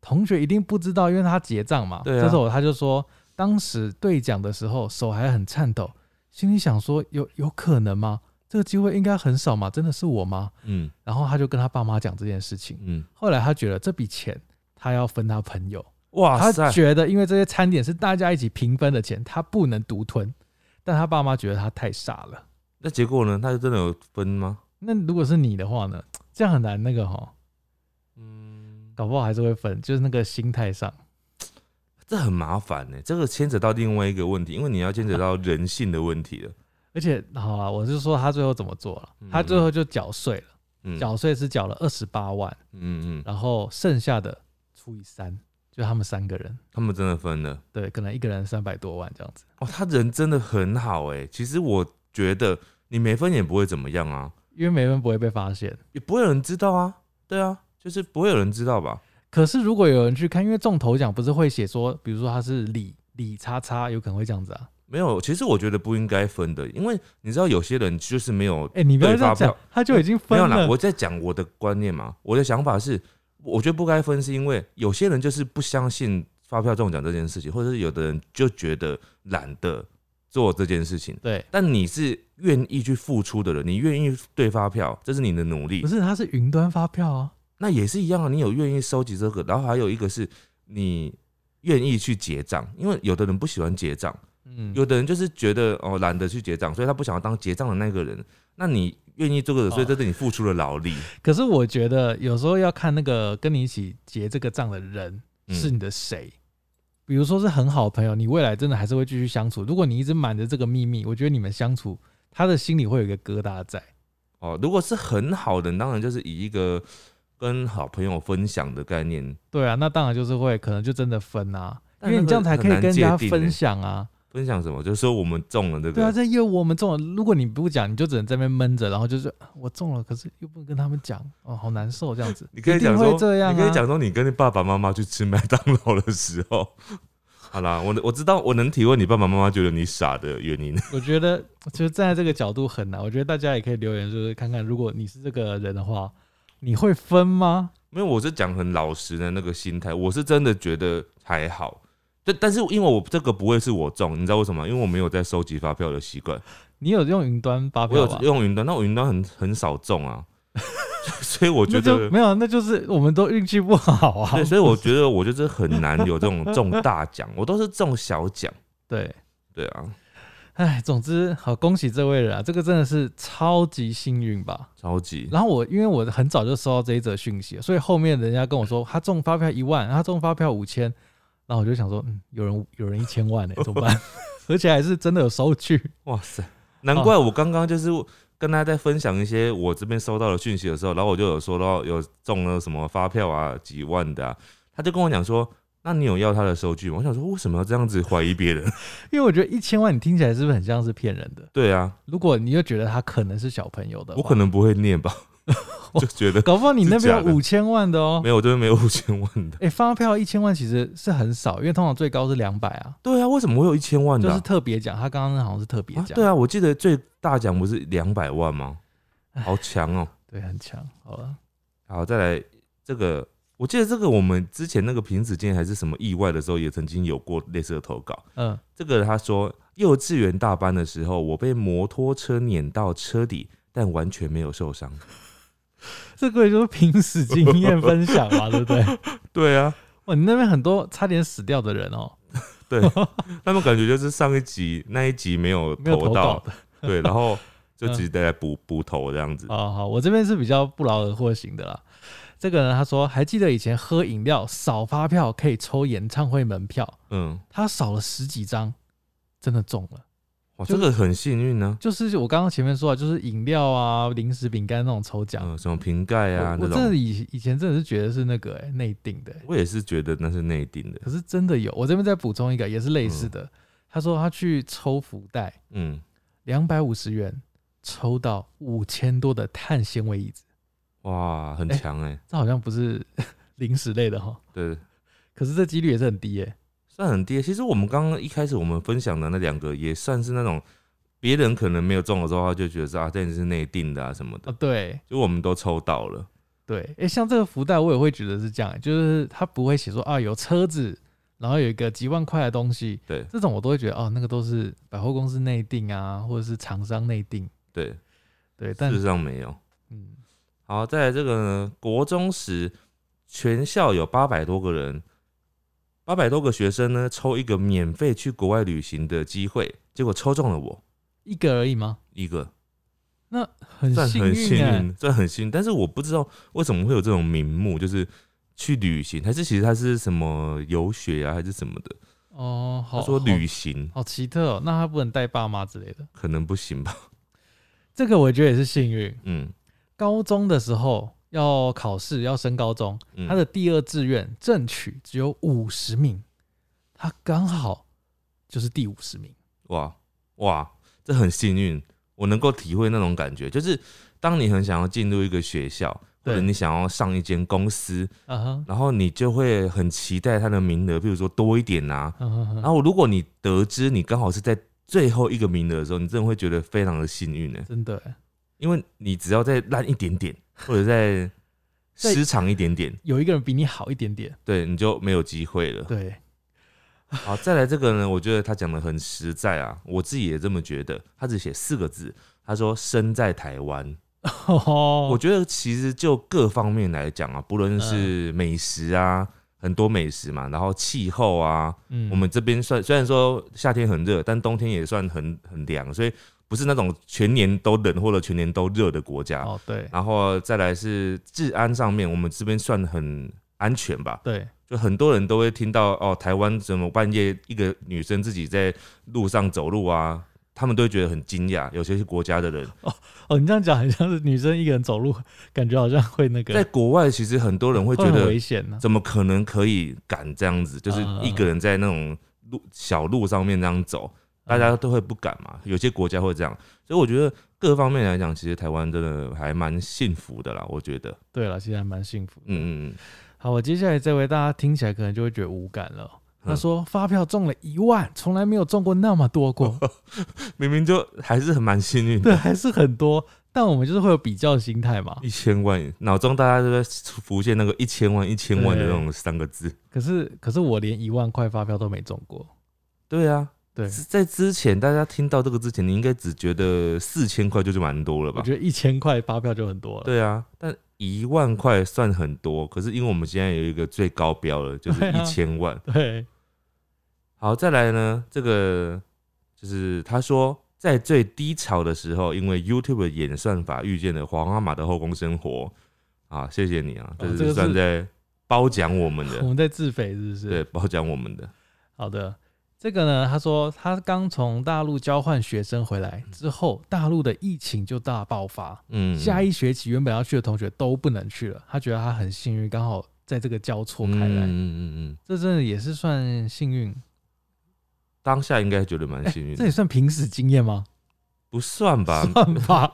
[SPEAKER 1] 同学一定不知道，因为他结账嘛。
[SPEAKER 2] 对啊
[SPEAKER 1] 这时候他就说，当时兑奖的时候手还很颤抖，心里想说有有可能吗？这个机会应该很少嘛，真的是我吗？
[SPEAKER 2] 嗯
[SPEAKER 1] 然后他就跟他爸妈讲这件事情。
[SPEAKER 2] 嗯，
[SPEAKER 1] 后来他觉得这笔钱他要分他朋友，
[SPEAKER 2] 哇
[SPEAKER 1] 他
[SPEAKER 2] 塞，
[SPEAKER 1] 觉得因为这些餐点是大家一起平分的钱，他不能独吞。但他爸妈觉得他太傻了。
[SPEAKER 2] 那结果呢？他真的有分吗？
[SPEAKER 1] 那如果是你的话呢？这样很难那个哈，
[SPEAKER 2] 嗯，
[SPEAKER 1] 搞不好还是会分，就是那个心态上。
[SPEAKER 2] 这很麻烦呢、这个牵扯到另外一个问题，因为你要牵扯到人性的问题了。
[SPEAKER 1] 而且好啊，我是说他最后怎么做了？
[SPEAKER 2] 嗯
[SPEAKER 1] 他最后就缴税了。
[SPEAKER 2] 嗯
[SPEAKER 1] 缴税是缴了二十八万，
[SPEAKER 2] 嗯嗯，
[SPEAKER 1] 然后剩下的除以三，就他们三个人，
[SPEAKER 2] 他们真的分了。
[SPEAKER 1] 对，可能一个人三百多万这样子。
[SPEAKER 2] 哇，他人真的很好哎、其实我觉得你没分也不会怎么样啊，
[SPEAKER 1] 因为没人不会被发现。
[SPEAKER 2] 也不会有人知道啊。对啊，就是不会有人知道吧？
[SPEAKER 1] 可是如果有人去看，因为中头奖不是会写说，比如说他是李李叉叉，有可能会这样子啊。
[SPEAKER 2] 没有，其实我觉得不应该分的，因为你知道有些人就是没有
[SPEAKER 1] 哎、你不要这样
[SPEAKER 2] 对发
[SPEAKER 1] 讲，他就已经
[SPEAKER 2] 没
[SPEAKER 1] 分
[SPEAKER 2] 有啦，
[SPEAKER 1] 了。
[SPEAKER 2] 我在讲我的观念嘛，我的想法是，我觉得不该分，是因为有些人就是不相信发票中奖这件事情，或者是有的人就觉得懒得做这件事情。
[SPEAKER 1] 对，
[SPEAKER 2] 但你是愿意去付出的人，你愿意对发票，这是你的努力
[SPEAKER 1] 不，是他是云端发票啊。
[SPEAKER 2] 那也是一样啊。你有愿意收集这个，然后还有一个是你愿意去结账，因为有的人不喜欢结账，
[SPEAKER 1] 嗯，
[SPEAKER 2] 有的人就是觉得哦懒得去结账，所以他不想要当结账的那个人。那你愿意做
[SPEAKER 1] 哦
[SPEAKER 2] 这个，所以这是你付出的劳力。
[SPEAKER 1] 可是我觉得有时候要看那个跟你一起结这个账的人
[SPEAKER 2] 嗯
[SPEAKER 1] 是你的谁。比如说是很好的朋友，你未来真的还是会继续相处。如果你一直瞒着这个秘密，我觉得你们相处，他的心里会有一个疙瘩在。
[SPEAKER 2] 哦，如果是很好的，当然就是以一个跟好朋友分享的概念，
[SPEAKER 1] 对啊，那当然就是会可能就真的分啊。因为你这样才可以跟人家分
[SPEAKER 2] 享
[SPEAKER 1] 享啊。
[SPEAKER 2] 分享什么，就是说我们中了这
[SPEAKER 1] 对啊，
[SPEAKER 2] 个，
[SPEAKER 1] 这业务我们中了，如果你不讲，你就只能在那边闷着，然后就是啊我中了，可是又不能跟他们讲，哦，好难受这样子。
[SPEAKER 2] 你可以
[SPEAKER 1] 一定
[SPEAKER 2] 讲
[SPEAKER 1] 会
[SPEAKER 2] 说
[SPEAKER 1] 这样、啊，
[SPEAKER 2] 你可以讲说你跟爸爸妈妈去吃麦当劳的时候， 好啦，我我知道我能体会你爸爸妈妈觉得你傻的原因。
[SPEAKER 1] 我觉得就是站在这个角度很难。我觉得大家也可以留言，就是看看，如果你是这个人的话，你会分吗？
[SPEAKER 2] 没有，我是讲很老实的那个心态，我是真的觉得还好。但但是因为我这个不会是我中，你知道为什么吗？因为我没有在收集发票的习惯，
[SPEAKER 1] 你有用云端发
[SPEAKER 2] 我
[SPEAKER 1] 票啊吧
[SPEAKER 2] 有？用云端，那我云端很很少中啊， 所以我觉
[SPEAKER 1] 那就
[SPEAKER 2] 得
[SPEAKER 1] 没有，那就是我们都运气不好啊
[SPEAKER 2] 对，。所以我觉得我就是很难有这种中大奖，我都是中小奖。
[SPEAKER 1] 对，
[SPEAKER 2] 对啊，
[SPEAKER 1] 哎，总之好，恭喜这位人啊，这个真的是超级幸运吧。
[SPEAKER 2] 超级
[SPEAKER 1] 然后我因为我很早就收到这一则讯息了，所以后面人家跟我说他中发票一万，他中发票五千，然后我就想说，嗯，有人有人一千万呢、欸怎么办？ 而且还是真的有收据。
[SPEAKER 2] 哇塞！难怪我刚刚就是跟大家在分享一些我这边收到的讯息的时候，然后我就有说到有中了什么发票啊，几万的、啊，他就跟我讲说，那你有要他的收据吗？我想说，为什么要这样子怀疑别人？
[SPEAKER 1] 因为我觉得一千万你听起来是不是很像是骗人的？
[SPEAKER 2] 对啊，
[SPEAKER 1] 如果你又觉得他可能是小朋友的话，
[SPEAKER 2] 我可能不会念吧， 就觉得
[SPEAKER 1] 搞不好你那边
[SPEAKER 2] 是假的
[SPEAKER 1] 有五千万的哦、
[SPEAKER 2] 没有，我这边没有五千万的。
[SPEAKER 1] 哎、发票一千万其实是很少，因为通常最高是两百啊，
[SPEAKER 2] 对啊，为什么会有一千万
[SPEAKER 1] 就
[SPEAKER 2] 的
[SPEAKER 1] 是
[SPEAKER 2] 啊、
[SPEAKER 1] 特别奖。他刚刚好像是特别
[SPEAKER 2] 啊
[SPEAKER 1] 奖、
[SPEAKER 2] 对啊，我记得最大奖不是两百万吗？好强哦、
[SPEAKER 1] 对，很强。好啊了，
[SPEAKER 2] 好，再来这个，我记得这个我们之前那个瓶子间还是什么意外的时候，也曾经有过类似的投稿。
[SPEAKER 1] 嗯，
[SPEAKER 2] 这个他说，幼稚园大班的时候，我被摩托车碾到车底，但完全没有受伤。
[SPEAKER 1] 这个就是凭死经验分享嘛，对不 对？
[SPEAKER 2] 对啊，
[SPEAKER 1] 哇，你那边很多差点死掉的人哦、
[SPEAKER 2] 对，他们感觉就是上一集那一集没有
[SPEAKER 1] 没有投稿
[SPEAKER 2] 投到，
[SPEAKER 1] 的。
[SPEAKER 2] 对，然后就直接来补补头这样子。
[SPEAKER 1] 哦，好，我这边是比较不劳而获型的啦。这个人他说，还记得以前喝饮料少发票可以抽演唱会门票，
[SPEAKER 2] 嗯，
[SPEAKER 1] 他少了十几张，真的中了。
[SPEAKER 2] 哇，
[SPEAKER 1] 就
[SPEAKER 2] 这个很幸运呢。
[SPEAKER 1] 就是我刚刚前面说的，就是饮料啊、零食、饼干那种抽奖。
[SPEAKER 2] 嗯，什么瓶盖啊
[SPEAKER 1] 我
[SPEAKER 2] 那
[SPEAKER 1] 我真的
[SPEAKER 2] 种，
[SPEAKER 1] 以以前真的是觉得是那个欸内、定的欸、
[SPEAKER 2] 我也是觉得那是内定的。
[SPEAKER 1] 可是真的有。我这边再补充一个，也是类似的。他说他去抽福袋，
[SPEAKER 2] 嗯，
[SPEAKER 1] 两百五十元抽到五千多的碳纤维椅子，
[SPEAKER 2] 哇，很
[SPEAKER 1] 哎
[SPEAKER 2] 强哎、
[SPEAKER 1] 这好像不是 零食类的哈。
[SPEAKER 2] 对。
[SPEAKER 1] 可是这几率也是很低耶、
[SPEAKER 2] 算很低。其实我们刚刚一开始我们分享的那两个也算是那种别人可能没有中的时候，他就觉得说啊，这是内定的啊什么的，
[SPEAKER 1] 啊，对
[SPEAKER 2] 就我们都抽到了。
[SPEAKER 1] 对，哎、像这个福袋我也会觉得是这样欸、就是他不会写说啊有车子，然后有一个几万块的东西，
[SPEAKER 2] 对
[SPEAKER 1] 这种我都会觉得哦，那个都是百货公司内定啊，或者是厂商内定，
[SPEAKER 2] 对，
[SPEAKER 1] 对，但
[SPEAKER 2] 事实上没有。
[SPEAKER 1] 嗯，
[SPEAKER 2] 好，再来这个呢，国中时全校有八百多个人，八百多个学生呢，抽一个免费去国外旅行的机会，结果抽中了我
[SPEAKER 1] 一个而已吗？
[SPEAKER 2] 一个，
[SPEAKER 1] 很
[SPEAKER 2] 算
[SPEAKER 1] 幸
[SPEAKER 2] 很幸
[SPEAKER 1] 运、欸，
[SPEAKER 2] 运，算很幸运。但是我不知道为什么会有这种名目，就是去旅行，还是其实他是什么游学啊，还是什么的。
[SPEAKER 1] 哦，好，
[SPEAKER 2] 他说
[SPEAKER 1] 好
[SPEAKER 2] 旅行
[SPEAKER 1] 好奇特哦，那他不能带爸妈之类的，
[SPEAKER 2] 可能不行吧？
[SPEAKER 1] 这个我觉得也是幸运。
[SPEAKER 2] 嗯，
[SPEAKER 1] 高中的时候要考试，要升高中，
[SPEAKER 2] 嗯
[SPEAKER 1] 他的第二志愿正取只有五十名，他刚好就是第五十名，
[SPEAKER 2] 哇哇，这很幸运，我能够体会那种感觉，就是当你很想要进入一个学校，或者
[SPEAKER 1] 对
[SPEAKER 2] 你想要上一间公司，
[SPEAKER 1] 啊哈，
[SPEAKER 2] 然后你就会很期待它的名额，比如说多一点啊。
[SPEAKER 1] 嗯哼哼
[SPEAKER 2] 然后如果你得知你刚好是在最后一个名额的时候，你真的会觉得非常的幸运呢、
[SPEAKER 1] 真的欸
[SPEAKER 2] 因为你只要再烂一点点，或者再
[SPEAKER 1] 在
[SPEAKER 2] 失常一点点，
[SPEAKER 1] 有一个人比你好一点点，
[SPEAKER 2] 对，你就没有机会了。
[SPEAKER 1] 对，
[SPEAKER 2] 好，再来这个呢，我觉得他讲的很实在啊，我自己也这么觉得。他只写四个字，他说“身在台湾” 我
[SPEAKER 1] 哦，
[SPEAKER 2] 觉得其实就各方面来讲啊，不论是美食啊，很多美食嘛，然后气候啊，
[SPEAKER 1] 嗯
[SPEAKER 2] 我们这边算虽然说夏天很热，但冬天也算很很凉，所以不是那种全年都冷或者全年都热的国家。
[SPEAKER 1] 哦，对
[SPEAKER 2] 然后再来是治安上面，我们这边算很安全吧。
[SPEAKER 1] 对。
[SPEAKER 2] 就很多人都会听到哦，台湾怎么半夜一个女生自己在路上走路啊，他们都会觉得很惊讶。有些是国家的人，
[SPEAKER 1] 哦，你这样讲很像是女生一个人走路，感觉好像会那个，
[SPEAKER 2] 在国外其实很多人会觉
[SPEAKER 1] 很
[SPEAKER 2] 得
[SPEAKER 1] 危险啊呢、
[SPEAKER 2] 怎么可能可以敢这样子？就是一个人在那种路小路上面这样走，
[SPEAKER 1] 啊
[SPEAKER 2] 大家都会不敢嘛。有些国家会这样，所以我觉得各方面来讲，其实台湾真的还蛮幸福的啦。我觉得，
[SPEAKER 1] 对了，其实还蛮幸福。
[SPEAKER 2] 嗯嗯
[SPEAKER 1] 好，我接下来这位大家听起来可能就会觉得无感了。他
[SPEAKER 2] 嗯
[SPEAKER 1] 说发票中了一万，从来没有中过那么多 过，
[SPEAKER 2] 嗯，明明就还是很蛮幸运
[SPEAKER 1] 对，
[SPEAKER 2] 的。
[SPEAKER 1] 还是很多，但我们就是会有比较心态嘛。
[SPEAKER 2] 一千万，脑中大家都在浮现那个一千万、一千万的那种三个字。
[SPEAKER 1] 可是，可是我连一万块发票都没中过。
[SPEAKER 2] 对啊，
[SPEAKER 1] 对，
[SPEAKER 2] 在之前大家听到这个之前，你应该只觉得四千块就是蛮多了吧
[SPEAKER 1] 我？觉得一千块发票就很多了。
[SPEAKER 2] 对啊，但一万块算很多，可是因为我们现在有一个最高标了，就 是
[SPEAKER 1] 对啊
[SPEAKER 2] 一千万。
[SPEAKER 1] 对，
[SPEAKER 2] 好，再来呢，这个就是他说，在最低潮的时候，因为 YouTube 的演算法遇见了皇阿玛的后宫生活啊，谢谢你啊，
[SPEAKER 1] 哦
[SPEAKER 2] 这
[SPEAKER 1] 这个
[SPEAKER 2] 是
[SPEAKER 1] 是哦
[SPEAKER 2] 算在褒奖我们
[SPEAKER 1] 我
[SPEAKER 2] 的，
[SPEAKER 1] 们在自肥是不是？
[SPEAKER 2] 对，，褒奖我们的。
[SPEAKER 1] 好的。这个呢，他说他刚从大陆交换学生回来之后，大陆的疫情就大爆发，
[SPEAKER 2] 嗯，
[SPEAKER 1] 下一学期原本要去的同学都不能去了。他觉得他很幸运，刚好在这个交错
[SPEAKER 2] 嗯
[SPEAKER 1] 开来，
[SPEAKER 2] 嗯嗯嗯，
[SPEAKER 1] 这真的也是算幸运。
[SPEAKER 2] 当下应该觉得蛮
[SPEAKER 1] 哎
[SPEAKER 2] 幸运
[SPEAKER 1] 这
[SPEAKER 2] 的，
[SPEAKER 1] 也算平时经验吗？
[SPEAKER 2] 不算 吧？
[SPEAKER 1] 算吧，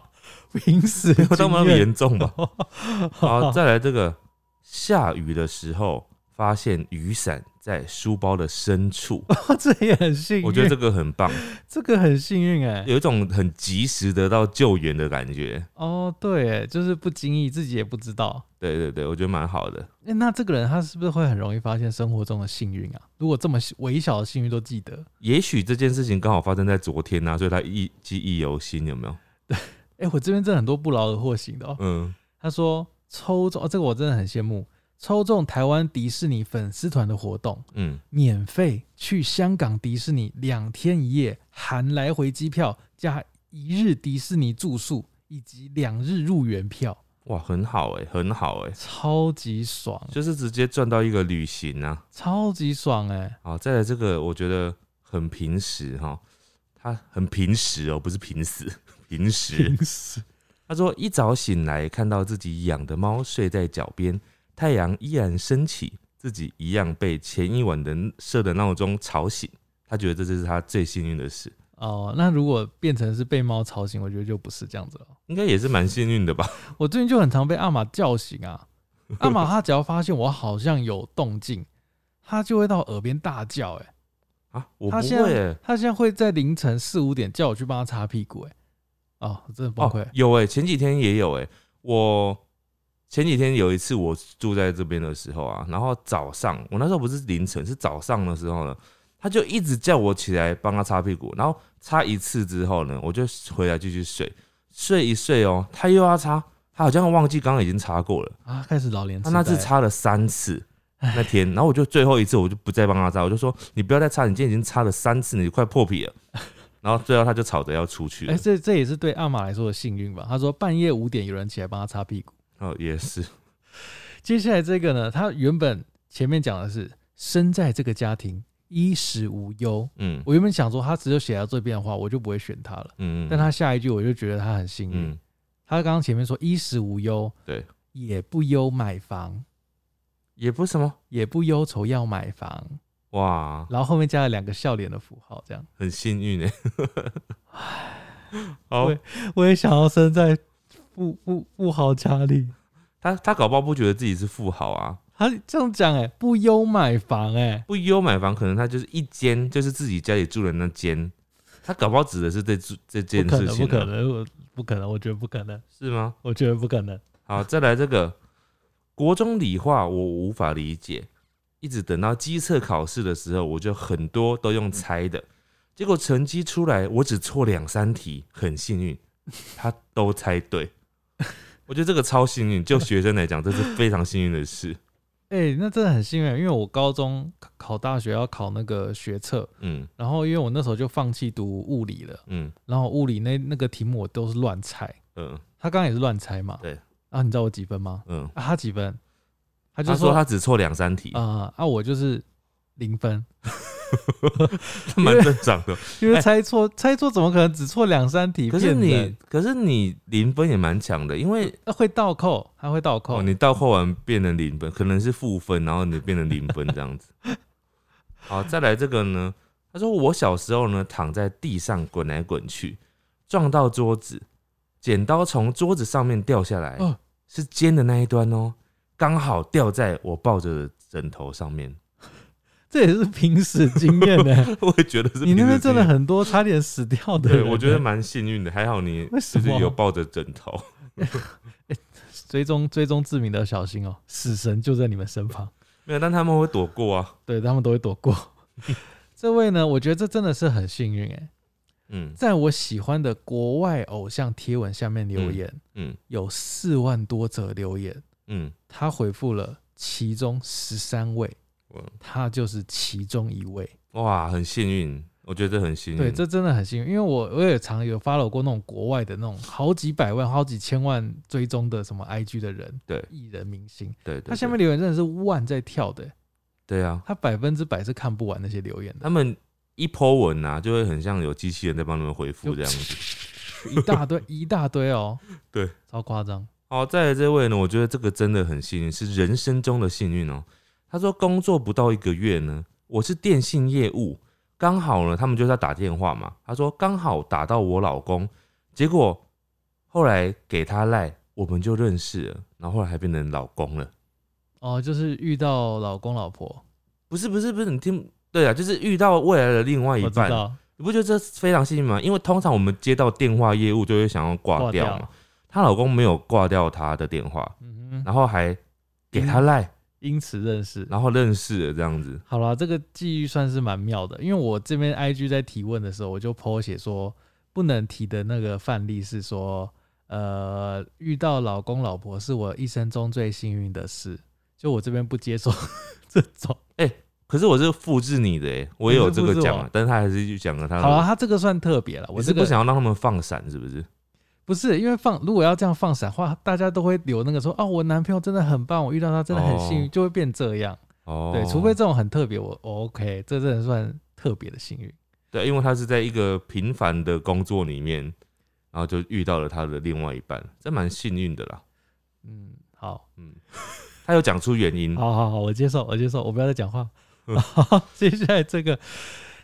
[SPEAKER 1] 平时
[SPEAKER 2] 啊没有到那么
[SPEAKER 1] 经验
[SPEAKER 2] 严重吧？ 好，
[SPEAKER 1] 好，
[SPEAKER 2] 再啊来这个下雨的时候，发现雨伞在书包的深处，
[SPEAKER 1] 哦这也很幸运。
[SPEAKER 2] 我觉得这个很 棒，
[SPEAKER 1] 这个很幸运哎、
[SPEAKER 2] 有一种很及时得到救援的感觉。
[SPEAKER 1] 哦，对哎，就是不经意，自己也不知道。
[SPEAKER 2] 对对对，我觉得蛮好的。
[SPEAKER 1] 哎、那这个人他是不是会很容易发现生活中的幸运啊？如果这么微小的幸运都记得，
[SPEAKER 2] 也许这件事情刚好发生在昨天呐、所以他一记忆犹新，有没有？
[SPEAKER 1] 哎、我这边真的很多不劳而获型的哦。
[SPEAKER 2] 嗯，
[SPEAKER 1] 他说抽中、哦，这个我真的很羡慕，抽中台湾迪士尼粉丝团的活动，
[SPEAKER 2] 嗯，
[SPEAKER 1] 免费去香港迪士尼两天一夜，含来回机票加一日迪士尼住宿以及两日入园票，
[SPEAKER 2] 哇，很好哎、很好哎、
[SPEAKER 1] 超级爽，
[SPEAKER 2] 就是直接赚到一个旅行啊。
[SPEAKER 1] 超级爽哎、
[SPEAKER 2] 好，再来这个，我觉得很平时哈，他很平时哦，不是平时，平时。
[SPEAKER 1] 时
[SPEAKER 2] 他说一早醒来看到自己养的猫睡在脚边，太阳依然升起，自己一样被前一晚的设的闹钟吵醒。他觉得这就是他最幸运的事，
[SPEAKER 1] 哦，那如果变成是被猫吵醒，我觉得就不是这样子了。
[SPEAKER 2] 应该也是蛮幸运的吧？
[SPEAKER 1] 我最近就很常被阿玛叫醒 啊，阿玛他只要发现我好像有动静，他就会到耳边大叫、欸，
[SPEAKER 2] 啊，我不
[SPEAKER 1] 他
[SPEAKER 2] 会
[SPEAKER 1] 现在
[SPEAKER 2] 欸、
[SPEAKER 1] 他现在会在凌晨四五点叫我去帮他擦屁股、欸，哦，我真的崩溃、
[SPEAKER 2] 哦，有哎、前几天也有哎、我前几天有一次我住在这边的时候啊，然后早上我那时候不是凌晨，是早上的时候呢，他就一直叫我起来帮他擦屁股，然后擦一次之后呢，我就回来继续睡，睡一睡哦，他又要擦，他好像忘记刚刚已经擦过了，
[SPEAKER 1] 啊，开始老年
[SPEAKER 2] 他
[SPEAKER 1] 痴
[SPEAKER 2] 那次
[SPEAKER 1] 呆
[SPEAKER 2] 擦了三次。那天，然后我就最后一次，我就不再帮他擦，我就说你不要再擦，你今天已经擦了三次，你快破皮了。然后最后他就吵着要出去
[SPEAKER 1] 哎、
[SPEAKER 2] 了，
[SPEAKER 1] 这这也是对阿玛来说的幸运吧？他说半夜五点有人起来帮他擦屁股。
[SPEAKER 2] 哦，也是，
[SPEAKER 1] 接下来这个呢，他原本前面讲的是生在这个家庭衣食无忧，
[SPEAKER 2] 嗯，
[SPEAKER 1] 我原本想说他只有写到这边的话，我就不会选他了。
[SPEAKER 2] 嗯，
[SPEAKER 1] 但他下一句我就觉得他很幸运。
[SPEAKER 2] 嗯，
[SPEAKER 1] 他刚刚前面说衣食无忧，
[SPEAKER 2] 对，
[SPEAKER 1] 也不忧买房，
[SPEAKER 2] 也不是什么
[SPEAKER 1] 也不忧愁要买房，
[SPEAKER 2] 哇，
[SPEAKER 1] 然后后面加了两个笑脸的符号，这样。
[SPEAKER 2] 很幸运哎。好，
[SPEAKER 1] 对我也想要生在富富富豪家里。
[SPEAKER 2] 他他搞不好不觉得自己是富豪啊，
[SPEAKER 1] 他这样讲，哎，不忧买房、哎，
[SPEAKER 2] 不优买房，可能他就是一间，就是自己家里住的那间。他搞不好指的是这这件
[SPEAKER 1] 不可
[SPEAKER 2] 事
[SPEAKER 1] 能，
[SPEAKER 2] 情、
[SPEAKER 1] 不
[SPEAKER 2] 啊，
[SPEAKER 1] 可能，我不可能，我觉得不可能，
[SPEAKER 2] 是吗？
[SPEAKER 1] 我觉得不可能。
[SPEAKER 2] 好，再来这个国中理化，我无法理解，一直等到机测考试的时候，我就很多都用猜的，结果成绩出来，我只错两三题，很幸运，他都猜对。 我觉得这个超幸运，就学生来讲，这是非常幸运的事。
[SPEAKER 1] 哎、那真的很幸运，因为我高中考考大学要考那个学测，
[SPEAKER 2] 嗯
[SPEAKER 1] 然后因为我那时候就放弃读物理了，
[SPEAKER 2] 嗯
[SPEAKER 1] 然后物理那那个题目我都是乱猜，
[SPEAKER 2] 嗯
[SPEAKER 1] 他刚刚也是乱猜嘛。
[SPEAKER 2] 对。
[SPEAKER 1] 啊，你知道我几分吗？
[SPEAKER 2] 嗯，
[SPEAKER 1] 啊，他几分？他就啊
[SPEAKER 2] 他说他只错两三题
[SPEAKER 1] 啊、，啊，我就是零分。
[SPEAKER 2] 蛮正常的。
[SPEAKER 1] 因为猜错，猜错怎么可能只错两三题？
[SPEAKER 2] 可是
[SPEAKER 1] 骗
[SPEAKER 2] 你
[SPEAKER 1] 人，
[SPEAKER 2] 可是你零分也蛮强的，因为
[SPEAKER 1] 那会倒扣，还会倒扣。
[SPEAKER 2] 哦，你到扣完变成零分，可能是负分，然后你变成零分这样子。 好，再来这个呢？他说我小时候呢，躺在地上滚来滚去，撞到桌子，剪刀从桌子上面掉下来，
[SPEAKER 1] 哦
[SPEAKER 2] 是尖的那一端哦，刚好掉在我抱着的枕头上面。
[SPEAKER 1] 这也是凭史经验呢、
[SPEAKER 2] 我也觉得是
[SPEAKER 1] 你那
[SPEAKER 2] 平时
[SPEAKER 1] 边真
[SPEAKER 2] 这
[SPEAKER 1] 的
[SPEAKER 2] 样
[SPEAKER 1] 很多差点死掉的人欸
[SPEAKER 2] 对，
[SPEAKER 1] 呢、
[SPEAKER 2] 我觉得蛮幸运的，还好你
[SPEAKER 1] 为什
[SPEAKER 2] 就是
[SPEAKER 1] 么
[SPEAKER 2] 有抱着枕头。
[SPEAKER 1] 追踪追踪志明的要小心哦，死神就在你们身旁。
[SPEAKER 2] 没有，但他们会躲过啊。
[SPEAKER 1] 对他们都会躲 过。这位呢，我觉得这真的是很幸运哎、
[SPEAKER 2] 嗯
[SPEAKER 1] 在我喜欢的国外偶像贴文下面留言，
[SPEAKER 2] 嗯
[SPEAKER 1] 有四万多则留言，
[SPEAKER 2] 嗯，
[SPEAKER 1] 他回复了其中十三位，
[SPEAKER 2] 我
[SPEAKER 1] 他就是其中一位。
[SPEAKER 2] 哇，很幸运，我觉得很幸运。
[SPEAKER 1] 对，这真的很幸运，因为我我也常有 follow 过那种国外的那种好几百万、好几千万追踪的什么 IG 的人，
[SPEAKER 2] 对
[SPEAKER 1] 艺人明星，
[SPEAKER 2] 对对，
[SPEAKER 1] 他
[SPEAKER 2] 对
[SPEAKER 1] 下面留言真的是万在跳的、
[SPEAKER 2] 对啊，
[SPEAKER 1] 他百分之百是看不完那些留言的，
[SPEAKER 2] 他们一 po 文啊，就会很像有机器人在帮他们回复
[SPEAKER 1] 就
[SPEAKER 2] 这样子。
[SPEAKER 1] 一大 堆一大堆哦，
[SPEAKER 2] 对，
[SPEAKER 1] 超夸张，
[SPEAKER 2] 好，再来这位呢，我觉得这个真的很幸运，是人生中的幸运哦。他说工作不到一个月呢，我是电信业务，刚好呢，他们就是要打电话嘛。他说刚好打到我老公，结果后来给他赖，我们就认识了，然后后来还变成老公了。
[SPEAKER 1] 哦，就是遇到老公老婆，
[SPEAKER 2] 不是不是不是，你听对啊，就是遇到未来的另外一
[SPEAKER 1] 我知
[SPEAKER 2] 半，
[SPEAKER 1] 道
[SPEAKER 2] 你不觉得这非常幸运吗？因为通常我们接到电话业务就会想要挂
[SPEAKER 1] 挂
[SPEAKER 2] 掉嘛，，她老公没有挂掉她的电话，
[SPEAKER 1] 嗯哼，嗯
[SPEAKER 2] 然后还给她赖、
[SPEAKER 1] 因此认识。
[SPEAKER 2] 然后认识了这样子。
[SPEAKER 1] 好啦，这个际遇算是蛮妙的，因为我这边 IG 在提问的时候，我就 po 写说不能提的那个范例是说，呃，遇到老公老婆是我一生中最幸运的事，就我这边不接受 这种。
[SPEAKER 2] 可是我是复制你的、欸，我也有这个
[SPEAKER 1] 你是
[SPEAKER 2] 讲
[SPEAKER 1] 复制
[SPEAKER 2] 啊
[SPEAKER 1] 我，
[SPEAKER 2] 但是他还是讲了他的。
[SPEAKER 1] 好了，他这个算特别了，我
[SPEAKER 2] 我
[SPEAKER 1] 这
[SPEAKER 2] 啊是不
[SPEAKER 1] 个
[SPEAKER 2] 想要让他们放闪，是不是？
[SPEAKER 1] 不是因为放，如果要这样放闪话，大家都会留那个说，哦，我男朋友真的很棒，我遇到他真的很幸运，
[SPEAKER 2] 哦
[SPEAKER 1] 就会变这样。
[SPEAKER 2] 哦，
[SPEAKER 1] 对，除非这种很特别，我我 OK，这真的算特别的幸运。
[SPEAKER 2] 对，因为他是在一个平凡的工作里面，然后就遇到了他的另外一半，这蛮幸运的啦。
[SPEAKER 1] 嗯，好，
[SPEAKER 2] 嗯，他有讲出原因。
[SPEAKER 1] 好好好，我接受，我接受，我不要再讲话。好， 接下来这个，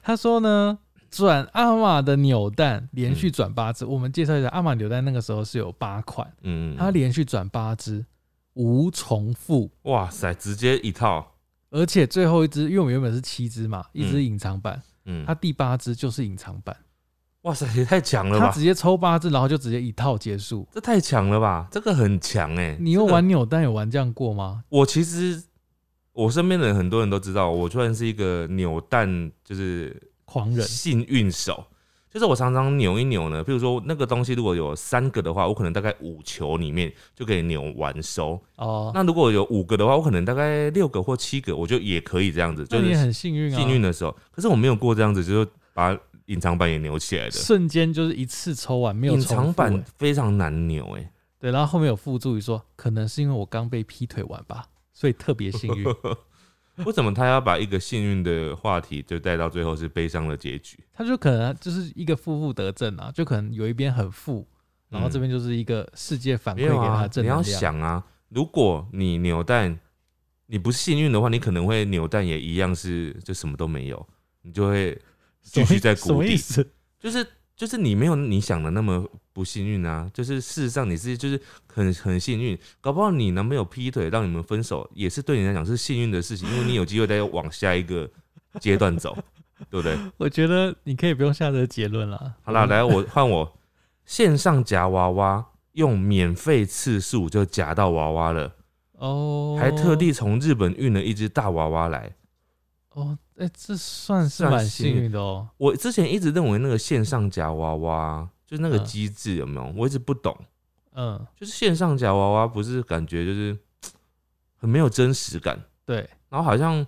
[SPEAKER 1] 他说呢，转阿玛的扭蛋连续转八只，我们介绍一下，阿玛扭蛋那个时候是有八款，
[SPEAKER 2] 嗯，
[SPEAKER 1] 它连续转八只，无重复，
[SPEAKER 2] 哇塞，直接一套。
[SPEAKER 1] 而且最后一只，因为我们原本是七只嘛，一只
[SPEAKER 2] 嗯
[SPEAKER 1] 隐藏版，
[SPEAKER 2] 嗯
[SPEAKER 1] 它，第八只就是隐藏版，
[SPEAKER 2] 哇塞，也太强了
[SPEAKER 1] 它
[SPEAKER 2] 吧
[SPEAKER 1] 直！接抽八只，然后就直接一套结束。
[SPEAKER 2] 这太强了吧！这个很强哎、
[SPEAKER 1] 你有
[SPEAKER 2] 这个
[SPEAKER 1] 玩扭蛋有玩这样过吗？
[SPEAKER 2] 我其实我身边的人很多人都知道，我虽然是一个扭蛋就是
[SPEAKER 1] 狂人，
[SPEAKER 2] 幸运手，就是我常常扭一扭呢。比如说那个东西如果有三个的话，我可能大概五球里面就可以扭完收。
[SPEAKER 1] 哦，
[SPEAKER 2] 那如果有五个的话，我可能大概六个或七个，我就也可以这样子，
[SPEAKER 1] 那
[SPEAKER 2] 就
[SPEAKER 1] 你也
[SPEAKER 2] 是
[SPEAKER 1] 很幸运啊，
[SPEAKER 2] 幸运的时候。可是我没有过这样子，就是把隐藏版也扭起来的。
[SPEAKER 1] 瞬间就是一次抽完，没有
[SPEAKER 2] 隐
[SPEAKER 1] 重
[SPEAKER 2] 藏
[SPEAKER 1] 复
[SPEAKER 2] 版
[SPEAKER 1] 欸
[SPEAKER 2] 非常难扭哎、
[SPEAKER 1] 对，然后后面有附注语说，可能是因为我刚被劈腿完吧，所以特别幸 运。
[SPEAKER 2] 为什么他要把一个幸运的话题就带到最后是悲伤的结局？
[SPEAKER 1] 他就可能就是一个负负得正啊，就可能有一边很负，然后这边就是一个世界反馈
[SPEAKER 2] 嗯没
[SPEAKER 1] 给
[SPEAKER 2] 有
[SPEAKER 1] 他
[SPEAKER 2] 啊
[SPEAKER 1] 的，正
[SPEAKER 2] 你要
[SPEAKER 1] 能量。
[SPEAKER 2] 想啊，如果你扭蛋，你不幸运的话，你可能会扭蛋也一样是就什么都没有，你就会
[SPEAKER 1] 什么
[SPEAKER 2] 继续
[SPEAKER 1] 意
[SPEAKER 2] 在
[SPEAKER 1] 什么
[SPEAKER 2] 谷
[SPEAKER 1] 意
[SPEAKER 2] 底，
[SPEAKER 1] 思？
[SPEAKER 2] 就是就是你没有你想的那么不幸运啊，就是事实上你是就是很很幸运，搞不好你男朋友劈腿让你们分手，也是对你来讲是幸运的事情，因为你有机会再往下一个阶段走，对不对？
[SPEAKER 1] 我觉得你可以不用下这个结论了。
[SPEAKER 2] 好啦，
[SPEAKER 1] 嗯，
[SPEAKER 2] 来 我换我线上夹娃娃，用免费次数就夹到娃娃了，
[SPEAKER 1] 哦，
[SPEAKER 2] 还特地从日本运了一只大娃娃来。
[SPEAKER 1] 哦，哎、这算是
[SPEAKER 2] 算
[SPEAKER 1] 蛮
[SPEAKER 2] 幸
[SPEAKER 1] 幸运的哦。
[SPEAKER 2] 我之前一直认为那个线上夹娃娃就是那个
[SPEAKER 1] 嗯
[SPEAKER 2] 机制有没有，我一直不懂。
[SPEAKER 1] 嗯，
[SPEAKER 2] 就是线上夹娃娃不是感觉就是很没有真实感，
[SPEAKER 1] 对。
[SPEAKER 2] 然后好像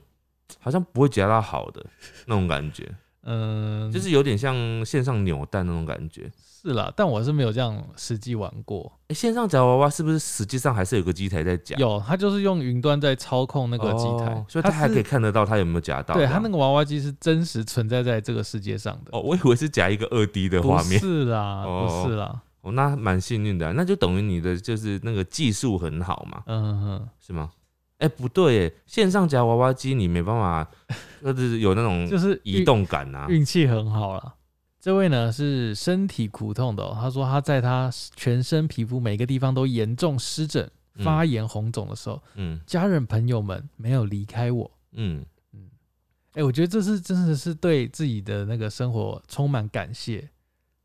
[SPEAKER 2] 好像不会夹到好的那种感觉。
[SPEAKER 1] 嗯，
[SPEAKER 2] 就是有点像线上扭蛋那种感觉。
[SPEAKER 1] 是啦，但我是没有这样实际玩过。
[SPEAKER 2] 哎、线上夹娃娃是不是实际上还是有个机台在夹？
[SPEAKER 1] 有，它就是用云端在操控那个机台，
[SPEAKER 2] 哦所以它还
[SPEAKER 1] 是
[SPEAKER 2] 可以看得到它有没有夹到这
[SPEAKER 1] 对
[SPEAKER 2] 样。
[SPEAKER 1] 它那个娃娃机是真实存在在这个世界上的，
[SPEAKER 2] 哦，我以为是夹一个二 D 的画面
[SPEAKER 1] 不，是啦，
[SPEAKER 2] 哦
[SPEAKER 1] 不是啦，
[SPEAKER 2] 哦，那蛮幸运的啊、那就等于你的就是那个技术很好嘛，
[SPEAKER 1] 嗯哼，
[SPEAKER 2] 是 吗？哎、不对耶，线上夹娃娃机你没办法，就是有那
[SPEAKER 1] 就
[SPEAKER 2] 种
[SPEAKER 1] 是
[SPEAKER 2] 嗯移动感啊。
[SPEAKER 1] 运气很好啦。这位呢是身体苦痛的哦、他说他在他全身皮肤每个地方都严重湿疹、
[SPEAKER 2] 嗯
[SPEAKER 1] 发炎、红肿的时候，
[SPEAKER 2] 嗯
[SPEAKER 1] 家人朋友们没有离开我。
[SPEAKER 2] 嗯，
[SPEAKER 1] 哎、我觉得这是真的是对自己的那个生活充满感谢，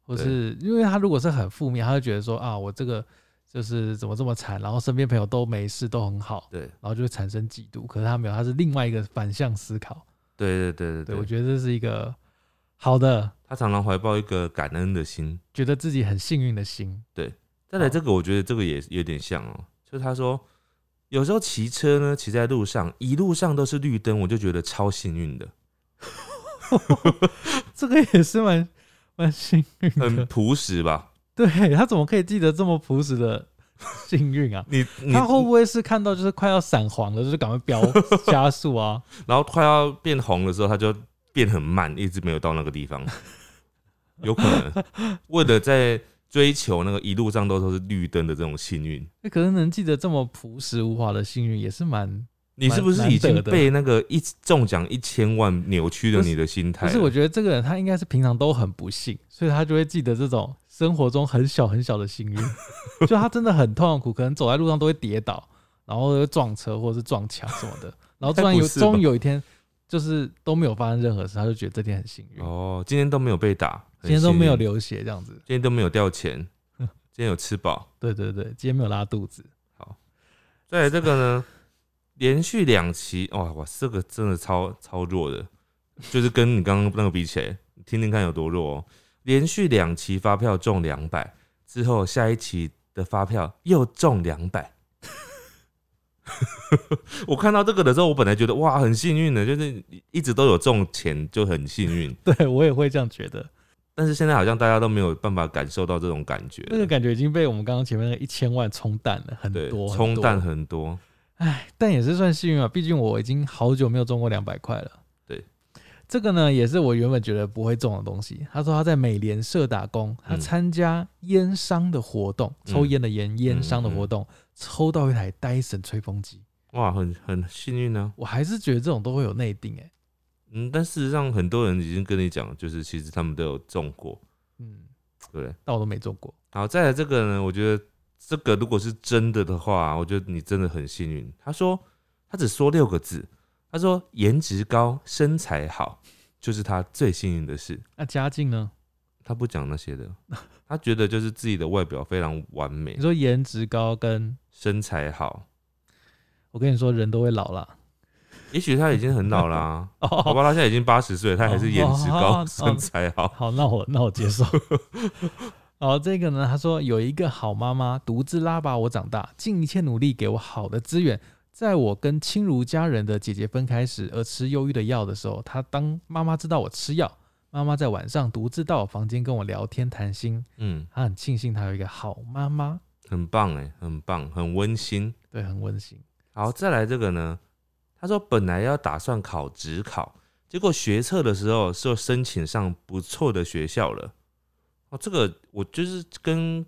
[SPEAKER 1] 或是因为他如果是很负面，他就觉得说啊，我这个就是怎么这么惨，然后身边朋友都没事，都很好，
[SPEAKER 2] 对
[SPEAKER 1] 然后就会产生嫉妒。可是他没有，他是另外一个反向思考。
[SPEAKER 2] 对对对
[SPEAKER 1] 对，
[SPEAKER 2] 对
[SPEAKER 1] 我
[SPEAKER 2] 对，
[SPEAKER 1] 觉得这是一个好的，
[SPEAKER 2] 他常常怀抱一个感恩的心。
[SPEAKER 1] 觉得自己很幸运的心。
[SPEAKER 2] 再来
[SPEAKER 1] 好
[SPEAKER 2] 这个，我觉得这个也有点像哦、就是他说有时候骑车呢，骑在路上，一路上都是绿灯，我就觉得超幸运的，
[SPEAKER 1] 这个也是蛮蛮幸运
[SPEAKER 2] 很
[SPEAKER 1] 的。
[SPEAKER 2] 朴实吧？
[SPEAKER 1] 对他怎么可以记得这么朴实的幸运啊？
[SPEAKER 2] 你 你
[SPEAKER 1] 他会不会是看到就是快要闪黄了，就是赶快 飙加速啊？
[SPEAKER 2] 然后快要变红的时候，它就变很慢，一直没有到那 个地方，有可能为了在追求那个一路上都都是绿灯的这种幸运，
[SPEAKER 1] 那可是能记得这么朴实无华的幸运，也是蛮……
[SPEAKER 2] 你是不是已
[SPEAKER 1] 蛮难
[SPEAKER 2] 经
[SPEAKER 1] 得的
[SPEAKER 2] 被那个一中奖一千万扭曲了你的心
[SPEAKER 1] 可
[SPEAKER 2] 态了？
[SPEAKER 1] 是我觉得这个人他应该是平常都很不幸，所以他就会记得这种生活中很小很小的幸运。 就他真的很痛苦，可能走在路上都会跌倒，然后会撞车或者是撞墙什么 的，然后突然
[SPEAKER 2] 该不
[SPEAKER 1] 有
[SPEAKER 2] 是吧
[SPEAKER 1] 终于有一天就是都没有发生任何事，他就觉得这天很幸运，
[SPEAKER 2] 哦，今天都没有被打，
[SPEAKER 1] 今天都没有
[SPEAKER 2] 很幸运，
[SPEAKER 1] 流血这样子。
[SPEAKER 2] 今天都没有 掉钱，
[SPEAKER 1] 嗯
[SPEAKER 2] 今天有吃饱。
[SPEAKER 1] 对对对，今天没有拉肚子。
[SPEAKER 2] 再来这个呢，连续两期，哇哇，这个真的超超弱的，就是跟你刚刚那个比起来，听听看有多弱哦。连续两期发票中两百，之后下一期的发票又中两百。 我看到这个的时候，我本来觉得哇，很幸运的，就是一直都有中钱就很幸运。
[SPEAKER 1] 对我也会这样觉得，
[SPEAKER 2] 但是现在好像大家都没有办法感受到这种感觉，
[SPEAKER 1] 那个感觉已经被我们刚刚前面那个一千万冲淡了很
[SPEAKER 2] 对
[SPEAKER 1] 多，
[SPEAKER 2] 冲
[SPEAKER 1] 很多
[SPEAKER 2] 淡很多。
[SPEAKER 1] 唉，但也是算幸运啊，毕竟我已经好久没有中过两百块了。
[SPEAKER 2] 对，
[SPEAKER 1] 这个呢也是我原本觉得不会中的东西。他说他在美联社打工，他
[SPEAKER 2] 嗯
[SPEAKER 1] 参加烟商的活动，抽烟的烟，烟商的活动，抽到一台戴森吹风机。
[SPEAKER 2] 哇，很很幸运啊呢、
[SPEAKER 1] 我还是觉得这种都会有内定哎、
[SPEAKER 2] 嗯，但事实上，很多人已经跟你讲，就是其实他们都有中过，
[SPEAKER 1] 嗯，
[SPEAKER 2] 对不对？
[SPEAKER 1] 但我都没中过。
[SPEAKER 2] 好，再来这个呢，我觉得这个如果是真的的话，我觉得你真的很幸运。他说，他只说六个字，他说颜值高，身材好，就是他最幸运的事。
[SPEAKER 1] 那家境呢？
[SPEAKER 2] 他不讲那些的，他觉得就是自己的外表非常完美
[SPEAKER 1] 你，说颜值高跟，
[SPEAKER 2] 身材好。
[SPEAKER 1] 我跟你说人都会老啦。
[SPEAKER 2] 也许他已经很老啦、
[SPEAKER 1] 哦，
[SPEAKER 2] 好吧，他现在已经八十岁了，他还是颜值
[SPEAKER 1] 哦哦
[SPEAKER 2] 高，
[SPEAKER 1] 哦
[SPEAKER 2] 身材好。
[SPEAKER 1] 好，那我那我接受。好，哦这个呢，他说有一个好妈妈独自拉拔我长大，尽一切努力给我好的资源。在我跟亲如家人的姐姐分开时，而吃忧郁的药的时候，她当妈妈知道我吃药，妈妈在晚上独自到我房间跟我聊天谈心，
[SPEAKER 2] 嗯，
[SPEAKER 1] 她很庆幸她有一个好妈妈，
[SPEAKER 2] 很棒哎，很棒，很温馨。
[SPEAKER 1] 对，很温馨。
[SPEAKER 2] 好，再来这个呢？他说本来要打算考职考，结果学测的时候就申请上不错的学校了。哦，这个我就是跟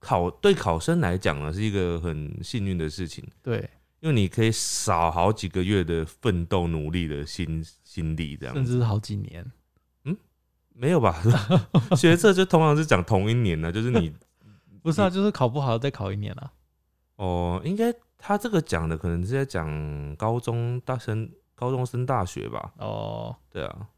[SPEAKER 2] 考对考生来讲呢，是一个很幸运的事情，
[SPEAKER 1] 对，
[SPEAKER 2] 因为你可以少好几个月的奋斗努力的心心力，这样
[SPEAKER 1] 甚至是好几年，
[SPEAKER 2] 没有吧？ 学测就通常是讲同一年呢，就是你
[SPEAKER 1] 不是啊，就是考不好再考一年啊。
[SPEAKER 2] 哦，应该他这个讲的可能是在讲高中大生、高中升大学吧？
[SPEAKER 1] 哦，
[SPEAKER 2] 对啊，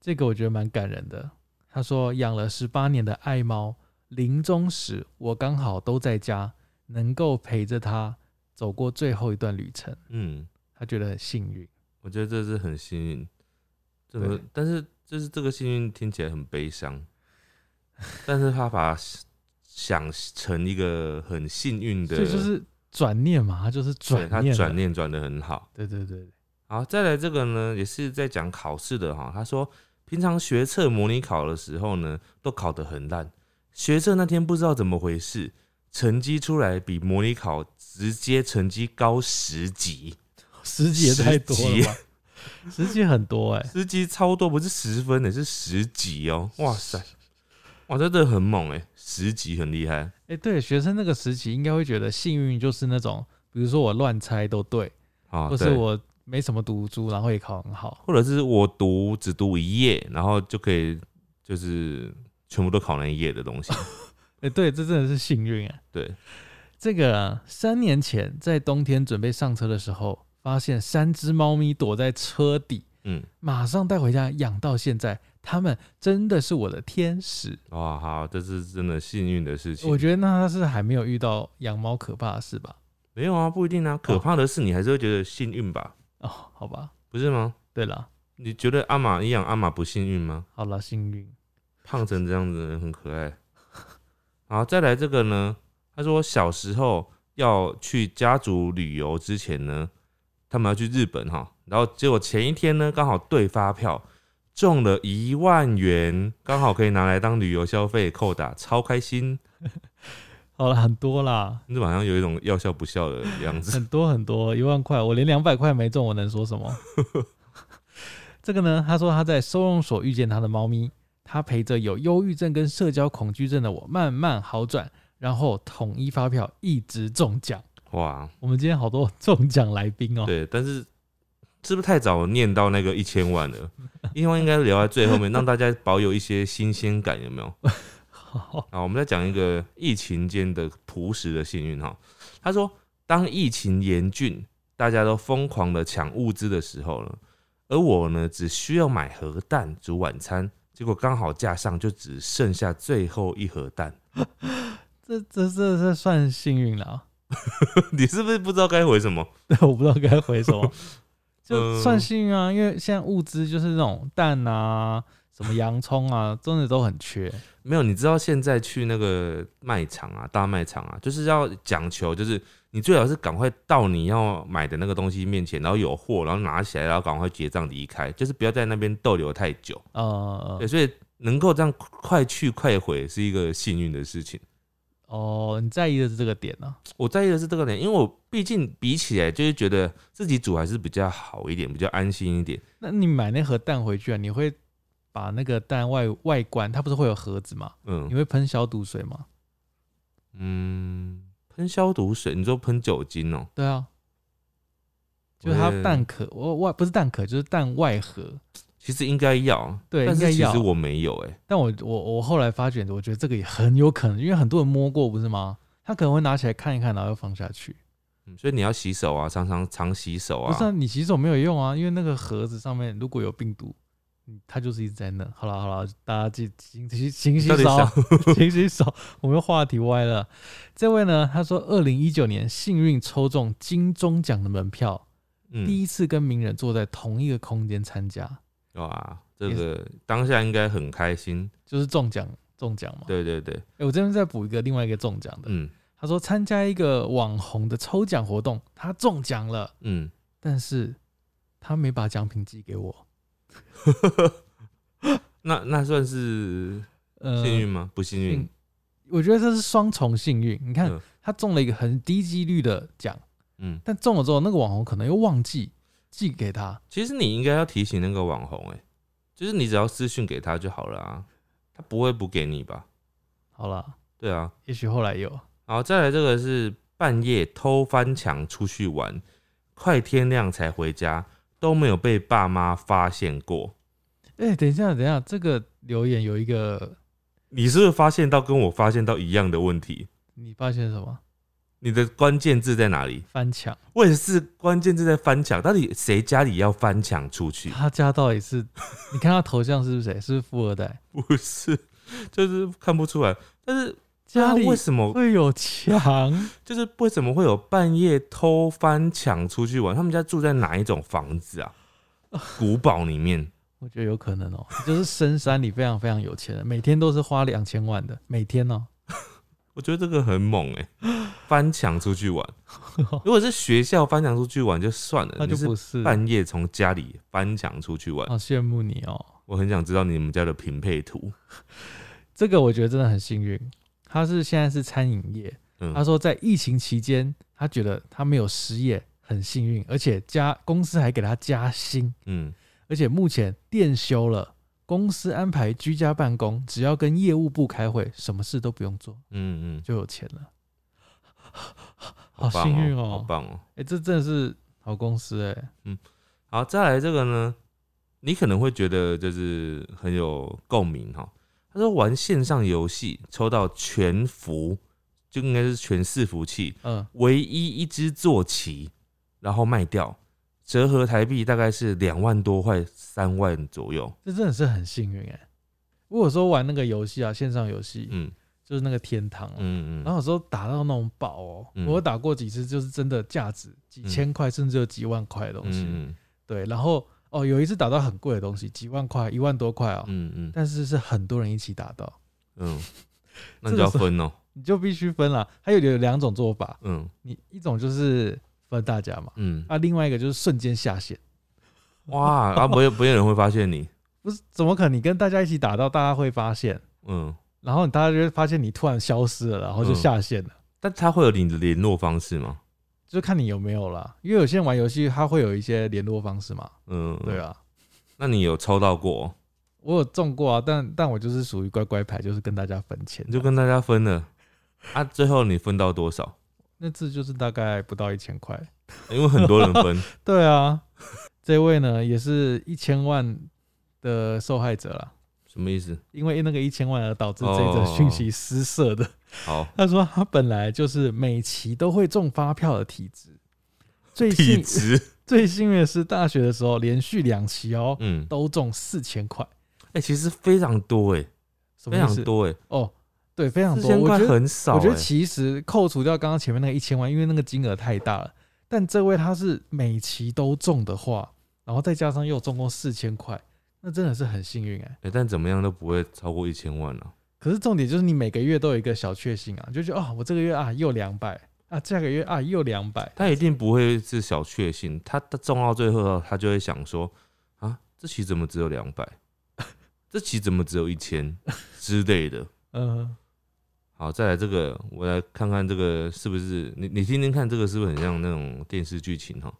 [SPEAKER 1] 这个我觉得蛮感人的。他说养了十八年的爱猫，临终时我刚好都在家，能够陪着它走过最后一段旅程，
[SPEAKER 2] 嗯。
[SPEAKER 1] 他觉得很幸运。
[SPEAKER 2] 我觉得这是很幸运，这个
[SPEAKER 1] 对
[SPEAKER 2] 但是就是这个幸运听起来很悲伤，但是他把想成一个很幸运的，
[SPEAKER 1] 所以就是转念嘛，他就是转
[SPEAKER 2] 对他
[SPEAKER 1] 念了。
[SPEAKER 2] 转念转的很好。
[SPEAKER 1] 对对对，
[SPEAKER 2] 好，再来这个呢，也是在讲考试的哈。他说平常学测模拟考的时候呢，都考得很烂。学测那天不知道怎么回事，成绩出来比模拟考直接成绩高十级，
[SPEAKER 1] 十级也太多了吧？十级很多哎、
[SPEAKER 2] 十级超多，不是十分欸的，是十级哦！哇塞，哇，真的很猛哎，十级很厉害。
[SPEAKER 1] 哎、对，学生那个时期应该会觉得幸运就是那种，比如说我乱猜都对，
[SPEAKER 2] 啊，
[SPEAKER 1] 或是
[SPEAKER 2] 对
[SPEAKER 1] 我没什么读书，然后也考很好。
[SPEAKER 2] 或者是我读只读一页，然后就可以就是全部都考那一页的东 西。
[SPEAKER 1] 哎、对，这真的是幸运啊！
[SPEAKER 2] 对，
[SPEAKER 1] 这个啊三年前在冬天准备上车的时候，发现三只猫咪躲在车底，
[SPEAKER 2] 嗯，
[SPEAKER 1] 马上带回家养到现在，它们真的是我的天使。
[SPEAKER 2] 哇，好，这是真的幸运的事情。
[SPEAKER 1] 我觉得那它是还没有遇到养猫可怕的事吧？
[SPEAKER 2] 没有啊，不一定啊。可怕的是，你还是会觉得幸运吧？
[SPEAKER 1] 哦，好吧。
[SPEAKER 2] 不是吗？
[SPEAKER 1] 对了，
[SPEAKER 2] 你觉得阿玛你养阿玛不幸运吗？
[SPEAKER 1] 好了，幸运
[SPEAKER 2] 胖成这样子很可爱。好，再来这个呢？他说小时候要去家族旅游之前呢，他们要去日本哈，然后结果前一天呢刚好对发票中了一万元，刚好可以拿来当旅游消费扣打，超开心。
[SPEAKER 1] 好了，很多啦，
[SPEAKER 2] 你怎么好像有一种要笑不笑的样 子？
[SPEAKER 1] 很多很多，一万块，我连两百块没中，我能说什 么？这个呢，他说他在收容所遇见他的猫咪，他陪着有忧郁症跟社交恐惧症的我慢慢好转，然后统一发票一直中奖。
[SPEAKER 2] 哇，
[SPEAKER 1] 我们今天好多中奖来宾哦、
[SPEAKER 2] 对，但是是不是太早念到那个一千万了？一千万应该留在最后面，让大家保有一些新鲜感，有没有？
[SPEAKER 1] 好，
[SPEAKER 2] 啊，我们再讲一个疫情间的朴实的幸运哈。他说，当疫情严峻，大家都疯狂的抢物资的时候呢，而我呢，只需要买盒蛋煮晚餐，结果刚好架上就只剩下最后一盒蛋。
[SPEAKER 1] 这这这这算幸运了 啊、
[SPEAKER 2] 你是不是不知道该回什么？
[SPEAKER 1] 对，我不知道该回什么，就
[SPEAKER 2] 嗯
[SPEAKER 1] 算幸运啊，因为现在物资就是那种蛋啊、什么洋葱啊，真的都很缺。
[SPEAKER 2] 没有，你知道现在去那个卖场啊，大卖场啊，就是要讲求，就是你最好是赶快到你要买的那个东西面前，然后有货，然后拿起来，然后赶快结账离开，就是不要在那边逗留太久。
[SPEAKER 1] 呃
[SPEAKER 2] 对，，所以能够这样快去快回是一个幸运的事情。
[SPEAKER 1] 哦，你在意的是这个点啊呢、
[SPEAKER 2] 我在意的是这个点，因为我毕竟比起来，就是觉得自己煮还是比较好一点，比较安心一点。
[SPEAKER 1] 那你买那盒蛋回去啊，你会把那个蛋外外观，它不是会有盒子吗？你
[SPEAKER 2] 嗯
[SPEAKER 1] 会喷消毒水吗？
[SPEAKER 2] 嗯，喷消毒水，你说喷酒精哦、
[SPEAKER 1] 对啊，就是它
[SPEAKER 2] 我也
[SPEAKER 1] 蛋壳，我外不是蛋壳，就是蛋外盒。
[SPEAKER 2] 其实应该要，
[SPEAKER 1] 对
[SPEAKER 2] 但是
[SPEAKER 1] 应该
[SPEAKER 2] 其
[SPEAKER 1] 要
[SPEAKER 2] 实我没有哎、
[SPEAKER 1] 但我我我后来发觉，我觉得这个也很有可能，因为很多人摸过，不是吗？他可能会拿起来看一看，然后又放下去。
[SPEAKER 2] 嗯所以你要洗手啊，常常常洗手
[SPEAKER 1] 不
[SPEAKER 2] 啊
[SPEAKER 1] 是、。啊、你洗手没有用啊，因为那个盒子上面如果有病毒，嗯它就是一直在那。好了好了，大家记勤勤勤洗
[SPEAKER 2] 到底 想
[SPEAKER 1] 手，勤洗手。我们话题歪了。这位呢，他说二零一九年幸运抽中金钟奖的门票，第
[SPEAKER 2] 嗯，
[SPEAKER 1] 一次跟名人坐在同一个空间参加，
[SPEAKER 2] 哇，这个当下应该很开心。
[SPEAKER 1] 就是中奖中奖嘛。
[SPEAKER 2] 对对对，
[SPEAKER 1] 哎、我这边再补一个另外一个中奖的，
[SPEAKER 2] 嗯
[SPEAKER 1] 他说参加一个网红的抽奖活动，他中奖了，
[SPEAKER 2] 嗯，
[SPEAKER 1] 但是他没把奖品寄给我。
[SPEAKER 2] 那那算是
[SPEAKER 1] 呃，
[SPEAKER 2] 幸运吗？不幸运
[SPEAKER 1] 幸。我觉得这是双重幸运。你看
[SPEAKER 2] 嗯，
[SPEAKER 1] 他中了一个很低几率的奖，
[SPEAKER 2] 嗯，
[SPEAKER 1] 但中了之后，那个网红可能又忘记寄给他。
[SPEAKER 2] 其实你应该要提醒那个网红、欸，就是你只要私讯给他就好了啊，他不会不给你吧？
[SPEAKER 1] 好了，
[SPEAKER 2] 对啊，
[SPEAKER 1] 也许后来有。
[SPEAKER 2] 然后再来这个是半夜偷翻墙出去玩，快天亮才回家，都没有被爸妈发现过。
[SPEAKER 1] 哎、等一下，等一下，这个留言有一个，
[SPEAKER 2] 你是不是发现到跟我发现到一样的问题？
[SPEAKER 1] 你发现什么？
[SPEAKER 2] 你的关键字在哪里？
[SPEAKER 1] 翻墙，
[SPEAKER 2] 我也是关键字在翻墙，到底谁家里要翻墙出去？
[SPEAKER 1] 他家到底是？ 你看他头像是不是谁？是不是富 二代？
[SPEAKER 2] 不是，就是看不出来。但是啊
[SPEAKER 1] 家里
[SPEAKER 2] 为什么
[SPEAKER 1] 会有墙？
[SPEAKER 2] 就是为什么会有半夜偷翻墙出去玩？他们家住在哪一种房子啊？古堡里面，
[SPEAKER 1] 我觉得有可能哦、就是深山里非常非常有钱人，每天都是花两千万的，每天哦、
[SPEAKER 2] 我觉得这个很猛哎、翻墙出去玩。如果是学校翻墙出去玩就算了，
[SPEAKER 1] 那就
[SPEAKER 2] 呃你是
[SPEAKER 1] 不是。
[SPEAKER 2] 半夜从家里翻墙出去玩，
[SPEAKER 1] 好羡慕你哦、
[SPEAKER 2] 我很想知道你们家的平配图。
[SPEAKER 1] 这个我觉得真的很幸运。他是现在是餐饮业，
[SPEAKER 2] 嗯，
[SPEAKER 1] 他说在疫情期间，他觉得他没有失业，很幸运，而且加公司还给他加薪，
[SPEAKER 2] 嗯，
[SPEAKER 1] 而且目前店休了，公司安排居家办公，只要跟业务部开会，什么事都不用做，
[SPEAKER 2] 嗯嗯，
[SPEAKER 1] 就有钱了。
[SPEAKER 2] 好
[SPEAKER 1] 好
[SPEAKER 2] 棒
[SPEAKER 1] 幸运哦
[SPEAKER 2] 好棒哦。
[SPEAKER 1] 哎、这真的是好公司哎、
[SPEAKER 2] 好，再来这个呢，你可能会觉得就是很有共鸣哈。他说玩线上游戏抽到全服，就应该是全伺服器，
[SPEAKER 1] 嗯，
[SPEAKER 2] 唯一一只坐骑，然后卖掉，折合台币大概是两万多块，三万左右。
[SPEAKER 1] 这真的是很幸运哎、如果说玩那个游戏啊，线上游戏、
[SPEAKER 2] 嗯
[SPEAKER 1] 就是那个天堂、啊，
[SPEAKER 2] 嗯
[SPEAKER 1] 然
[SPEAKER 2] 嗯，
[SPEAKER 1] 后有时候打到那种宝哦，
[SPEAKER 2] 嗯
[SPEAKER 1] 我有打过几次，就是真的价值几千块，甚至有几万块的东西。
[SPEAKER 2] 嗯
[SPEAKER 1] 对，然后哦，有一次打到很贵的东西，几万块，一万多块哦，
[SPEAKER 2] 嗯嗯
[SPEAKER 1] 但是是很多人一起打到，
[SPEAKER 2] 嗯，那就要分哦。
[SPEAKER 1] 你就必须分啦。还有有两种做法，
[SPEAKER 2] 嗯
[SPEAKER 1] 你一种就是分大家嘛，
[SPEAKER 2] 嗯，
[SPEAKER 1] 啊，另外一个就是瞬间下线。
[SPEAKER 2] 哇，啊，没有没有人会发现你。
[SPEAKER 1] 不是，怎么可能？你跟大家一起打到，大家会发现，
[SPEAKER 2] 嗯，
[SPEAKER 1] 然后大家就会发现你突然消失了，然后就
[SPEAKER 2] 嗯
[SPEAKER 1] 下线了，
[SPEAKER 2] 但他会有你的联络方式吗？
[SPEAKER 1] 就看你有没有啦。因为有些人玩游戏，他会有一些联络方式嘛，
[SPEAKER 2] 嗯，
[SPEAKER 1] 对。啊。
[SPEAKER 2] 那你有抽到过哦？
[SPEAKER 1] 我有中过啊，但但我就是属于乖乖牌，就是跟大家分钱
[SPEAKER 2] 你，就跟大家分了啊，最后你分到多少？
[SPEAKER 1] 那次就是大概不到一千块。
[SPEAKER 2] 因为很多 人分，
[SPEAKER 1] 对啊，这位呢也是一千万的受害者啦，
[SPEAKER 2] 什么意思？
[SPEAKER 1] 因为那个一千万而导致这
[SPEAKER 2] 哦
[SPEAKER 1] 则讯息失色的。
[SPEAKER 2] 好，
[SPEAKER 1] 他说他本来就是每期都会中发票的体质，最
[SPEAKER 2] 体
[SPEAKER 1] 幸
[SPEAKER 2] 值，
[SPEAKER 1] 最幸运的是大学的时候连续两期哦、
[SPEAKER 2] 嗯，
[SPEAKER 1] 都中四千块，
[SPEAKER 2] 哎、其实非常多哎、
[SPEAKER 1] 什么
[SPEAKER 2] 非
[SPEAKER 1] 意
[SPEAKER 2] 常
[SPEAKER 1] 思？
[SPEAKER 2] 多哎、
[SPEAKER 1] 哦，对，非常
[SPEAKER 2] 四
[SPEAKER 1] 多，
[SPEAKER 2] 千
[SPEAKER 1] 我
[SPEAKER 2] 块
[SPEAKER 1] 觉得
[SPEAKER 2] 很少、
[SPEAKER 1] 我觉得
[SPEAKER 2] 哎
[SPEAKER 1] 其实扣除掉刚刚前面那个一千万，因为那个金额太大了。但这位他是每期都中的话，然后再加上又中过四千块，那真的是很幸运哎、
[SPEAKER 2] 哎、但怎么样都不会超过一千万了、啊
[SPEAKER 1] 可是重点就是你每个月都有一个小确幸啊，就觉得哦，我这个月啊又两百啊，下个月啊又两百，
[SPEAKER 2] 他一定不会是小确幸，他他中到最后，他就会想说啊，这期怎么只有两百？这期怎么只有一千之类的？
[SPEAKER 1] 嗯、
[SPEAKER 2] 好，再来这个，我来看看这个是不是你你听听看，这个是不是很像那种电视剧情哈？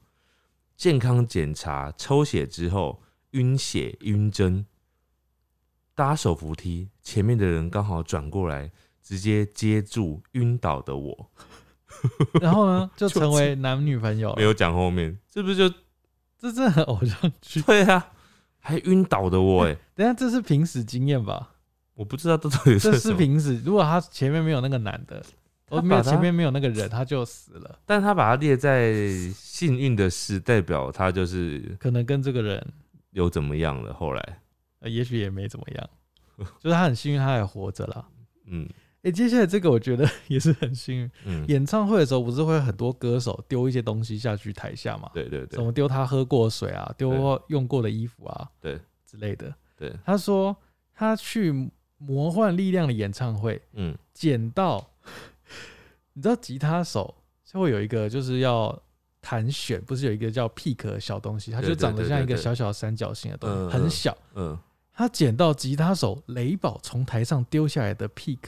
[SPEAKER 2] 健康检查抽血之后晕血晕针，搭手扶梯，前面的人刚好转过来，直接接住晕倒的我，
[SPEAKER 1] 然后呢就
[SPEAKER 2] 就
[SPEAKER 1] 成为男女朋友
[SPEAKER 2] 没
[SPEAKER 1] 了，
[SPEAKER 2] 有讲后面，是不是就
[SPEAKER 1] 这真的很偶像 剧。
[SPEAKER 2] 对啊？还晕倒的我哎、
[SPEAKER 1] 等一下这是平时经验吧？
[SPEAKER 2] 我不知道这到底
[SPEAKER 1] 这
[SPEAKER 2] 是
[SPEAKER 1] 是
[SPEAKER 2] 什么，
[SPEAKER 1] 平时，如果他前面没有那个男的，
[SPEAKER 2] 他
[SPEAKER 1] 哦没有
[SPEAKER 2] 把他
[SPEAKER 1] 前面没有那个人，他就死了，
[SPEAKER 2] 但他把它列在幸运的事，代表他就是
[SPEAKER 1] 可能跟这个人
[SPEAKER 2] 有怎么样了。后来，
[SPEAKER 1] 呃，也许也没怎么样， 就是他很幸运，他还活着啦。
[SPEAKER 2] 嗯
[SPEAKER 1] 诶，接下来这个我觉得 也是很幸运。
[SPEAKER 2] 嗯，
[SPEAKER 1] 演唱会的时候，不是会有很多歌手丢一些东西下去台下嘛？
[SPEAKER 2] 对对
[SPEAKER 1] 什
[SPEAKER 2] 对，
[SPEAKER 1] 么丢他喝过的水啊，丢
[SPEAKER 2] 对
[SPEAKER 1] 过用过的衣服啊，
[SPEAKER 2] 对
[SPEAKER 1] 之类的。
[SPEAKER 2] 对，
[SPEAKER 1] 他说他去魔幻力量的演唱会，
[SPEAKER 2] 嗯。
[SPEAKER 1] 捡到，你知道吉他手就会有一个就是要弹弦，不是有一个叫 pick 的小东西，它
[SPEAKER 2] 对
[SPEAKER 1] 就
[SPEAKER 2] 对
[SPEAKER 1] 长得
[SPEAKER 2] 对
[SPEAKER 1] 像
[SPEAKER 2] 对
[SPEAKER 1] 一个
[SPEAKER 2] 对
[SPEAKER 1] 小小三角形的东
[SPEAKER 2] 嗯
[SPEAKER 1] 西，
[SPEAKER 2] 嗯
[SPEAKER 1] 很小。
[SPEAKER 2] 嗯，
[SPEAKER 1] 他捡到吉他手雷宝从台上丢下来的 pick，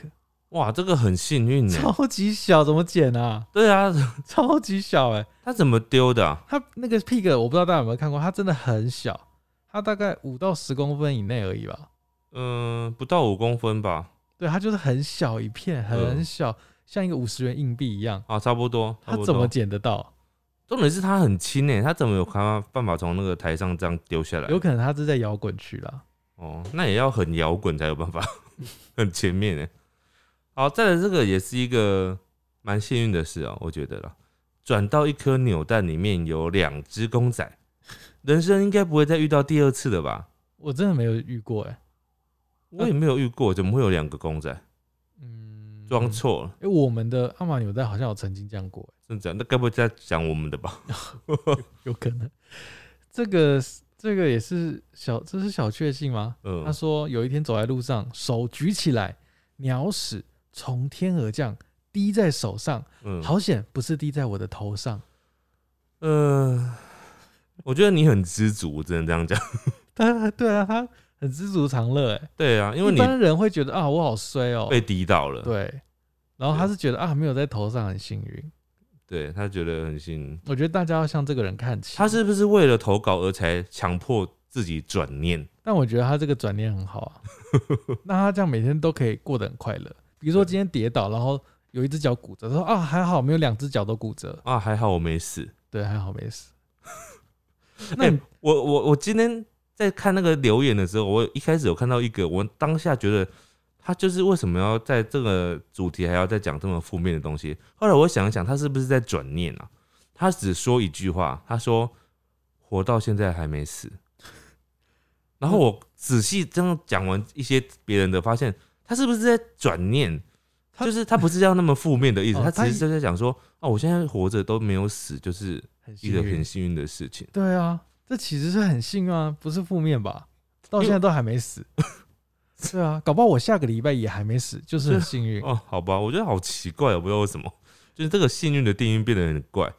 [SPEAKER 2] 哇，这个很幸运呢。
[SPEAKER 1] 超级小，怎么捡啊？
[SPEAKER 2] 对啊，
[SPEAKER 1] 超级小哎、
[SPEAKER 2] 他怎么丢的啊、
[SPEAKER 1] 他那个 pick 我不知道大家有没有看过，它真的很小，它大概五到十公分以内而已吧。
[SPEAKER 2] 嗯、不到五公分吧？
[SPEAKER 1] 对，它就是很小一片，很
[SPEAKER 2] 嗯
[SPEAKER 1] 小，像一个五十元硬币一样。
[SPEAKER 2] 啊，差不多。
[SPEAKER 1] 他
[SPEAKER 2] 差不多
[SPEAKER 1] 怎么？捡得到？
[SPEAKER 2] 重点是他很轻呢，他怎么有办办法从那个台上这样丢下来
[SPEAKER 1] 有？可能他是在摇滚区啦。
[SPEAKER 2] 哦，那也要很摇滚才有办法， 很前面呢。好，再来这个也是一个蛮幸运的事哦、我觉得啦。转到一颗扭蛋里面有两只公仔，人生应该不会再遇到第二次了吧？
[SPEAKER 1] 我真的没有遇过哎、
[SPEAKER 2] 我也没有遇过，怎么会有两个公仔？
[SPEAKER 1] 嗯，
[SPEAKER 2] 装错了。
[SPEAKER 1] 哎、我们的阿玛纽带好像有曾经这样过、
[SPEAKER 2] 真的假的？那该不会在讲我们的吧？
[SPEAKER 1] 有可能。这个这个也是小，这是小确幸吗？
[SPEAKER 2] 嗯
[SPEAKER 1] 他，说有一天走在路上，手举起来，鸟屎从天而降，滴在手上，
[SPEAKER 2] 嗯，
[SPEAKER 1] 好险不是滴在我的头上。
[SPEAKER 2] 呃，我觉得你很知足，我只能这样讲。
[SPEAKER 1] 他对啊，他很知足常乐哎，
[SPEAKER 2] 对啊，因为
[SPEAKER 1] 一
[SPEAKER 2] 你
[SPEAKER 1] 般人会觉得啊，我好衰哦、
[SPEAKER 2] 被滴到了，
[SPEAKER 1] 对，然后他是觉得啊，没有在头上很幸运。
[SPEAKER 2] 对他觉得很幸运。
[SPEAKER 1] 我觉得大家要向这个人看齐。
[SPEAKER 2] 他是不是为了投稿而才强迫自己转念？
[SPEAKER 1] 但我觉得他这个转念很 好啊，那他这样每天都可以过得很快乐。比如说今天跌倒，然后有一只脚骨折，他说啊还好没有两只脚都骨折，
[SPEAKER 2] 啊，还好我没死。
[SPEAKER 1] 对，还好没 事。那你、
[SPEAKER 2] 我我我今天在看那个留言的时候，我一开始有看到一个，我当下觉得他就是为什么要在这个主题还要再讲这么负面的东西。后来我想一想，他是不是在转念啊？他只说一句话，他说活到现在还 没死。然后我仔细这样讲完一些别人的，发现他是不是在转念？
[SPEAKER 1] 他
[SPEAKER 2] 就是他不是要那么负面的意思，
[SPEAKER 1] 哦
[SPEAKER 2] 他
[SPEAKER 1] 他
[SPEAKER 2] 只是在讲说，哦，我现在活着都没有死，就是
[SPEAKER 1] 很
[SPEAKER 2] 一
[SPEAKER 1] 幸
[SPEAKER 2] 个很
[SPEAKER 1] 运，
[SPEAKER 2] 幸运的事情。
[SPEAKER 1] 对啊，这其实是很幸运啊，不是负面吧？
[SPEAKER 2] 哎
[SPEAKER 1] 到现在都还没 死，对啊，搞不好我下个礼拜也还没死，就是很幸运。
[SPEAKER 2] 哦，好吧，我觉得好奇怪，我哦不知道为什么，就是这个幸运的定义变得很怪。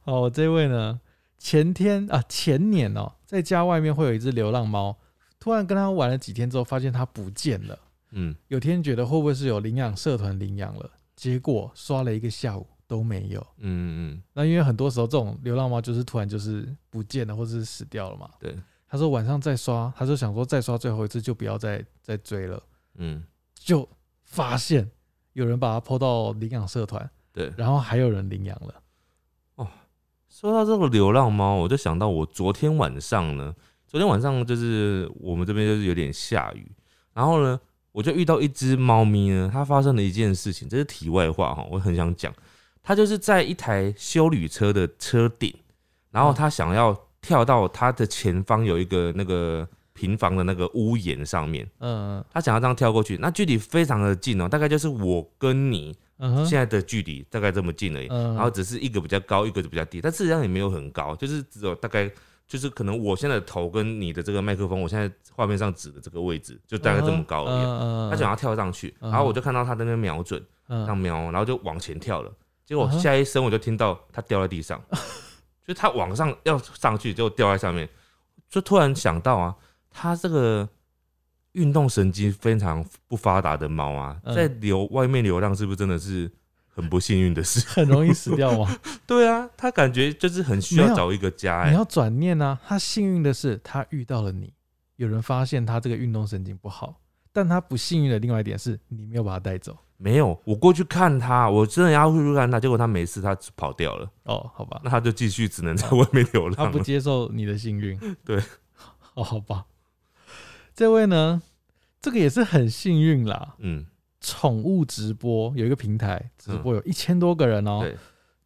[SPEAKER 1] 好，我这位呢，前天啊，前年哦，在家外面会有一只流浪猫，突然跟它玩了几天之后，发现它不见了。
[SPEAKER 2] 嗯，
[SPEAKER 1] 有天觉得会不会是有领养社团领养了，结果刷了一个下午都没有。
[SPEAKER 2] 嗯嗯
[SPEAKER 1] 那因为很多时候这种流浪猫就是突然就是不见了，或者是死掉了嘛。
[SPEAKER 2] 对，
[SPEAKER 1] 他说晚上再刷，他就想说再刷最后一次就不要再再追了，
[SPEAKER 2] 嗯，
[SPEAKER 1] 就发现有人把它抛到领养社团，
[SPEAKER 2] 对。
[SPEAKER 1] 然后还有人领养了。
[SPEAKER 2] 说到这个流浪猫，我就想到我昨天晚上呢，昨天晚上就是我们这边就是有点下雨，然后呢，我就遇到一只猫咪呢，它发生了一件事情，这是题外话哈，我很想讲，它就是在一台修旅车的车顶，然后它想要跳到它的前方有一个那个平房的那个屋檐上面。
[SPEAKER 1] 嗯
[SPEAKER 2] 他想要这样跳过去，那距离非常的近哦，大概就是我跟你
[SPEAKER 1] 嗯哼，
[SPEAKER 2] 现在的距离大概这么近而已，
[SPEAKER 1] 嗯
[SPEAKER 2] 然后只是一个比较高，一个比较低，但事实上也没有很高，就是只有大概就是可能我现在的头跟你的这个麦克风，我现在画面上指的这个位置就大概这么高而已。啊
[SPEAKER 1] 嗯嗯，
[SPEAKER 2] 他想要跳上去，
[SPEAKER 1] 嗯
[SPEAKER 2] 然后我就看到他在那边瞄准，这样
[SPEAKER 1] 嗯
[SPEAKER 2] 瞄，然后就往前跳了，结果
[SPEAKER 1] 嗯哼
[SPEAKER 2] 下一声我就听到他掉在 地上，就他往上要上去，就掉在上面，就突然想到啊，他这个运动神经非常不发达的猫啊，
[SPEAKER 1] 嗯
[SPEAKER 2] 在流外面流浪是不是真的是很不幸运的事？
[SPEAKER 1] 很容易死掉 吗？
[SPEAKER 2] 对啊，他感觉就是很需
[SPEAKER 1] 没
[SPEAKER 2] 要
[SPEAKER 1] 有
[SPEAKER 2] 找一个家、
[SPEAKER 1] 你
[SPEAKER 2] 欸，
[SPEAKER 1] 要转念啊！他幸运的是，他遇到了你，有人发现他这个运动神经不好，但他不幸运的另外一点是，你没有把他带走。
[SPEAKER 2] 没有，我过去看他，我真的要过去看他，结果他没事，他跑掉了，
[SPEAKER 1] 哦，好吧，
[SPEAKER 2] 那他就继续只能在外面流
[SPEAKER 1] 哦他
[SPEAKER 2] 浪
[SPEAKER 1] 不
[SPEAKER 2] 了。
[SPEAKER 1] 接受你的幸运。
[SPEAKER 2] 对，
[SPEAKER 1] 哦，好吧。这位呢，这个也是很幸运啦。
[SPEAKER 2] 嗯，
[SPEAKER 1] 宠物直播有一个平台，直播有一千多个人哦、
[SPEAKER 2] 对，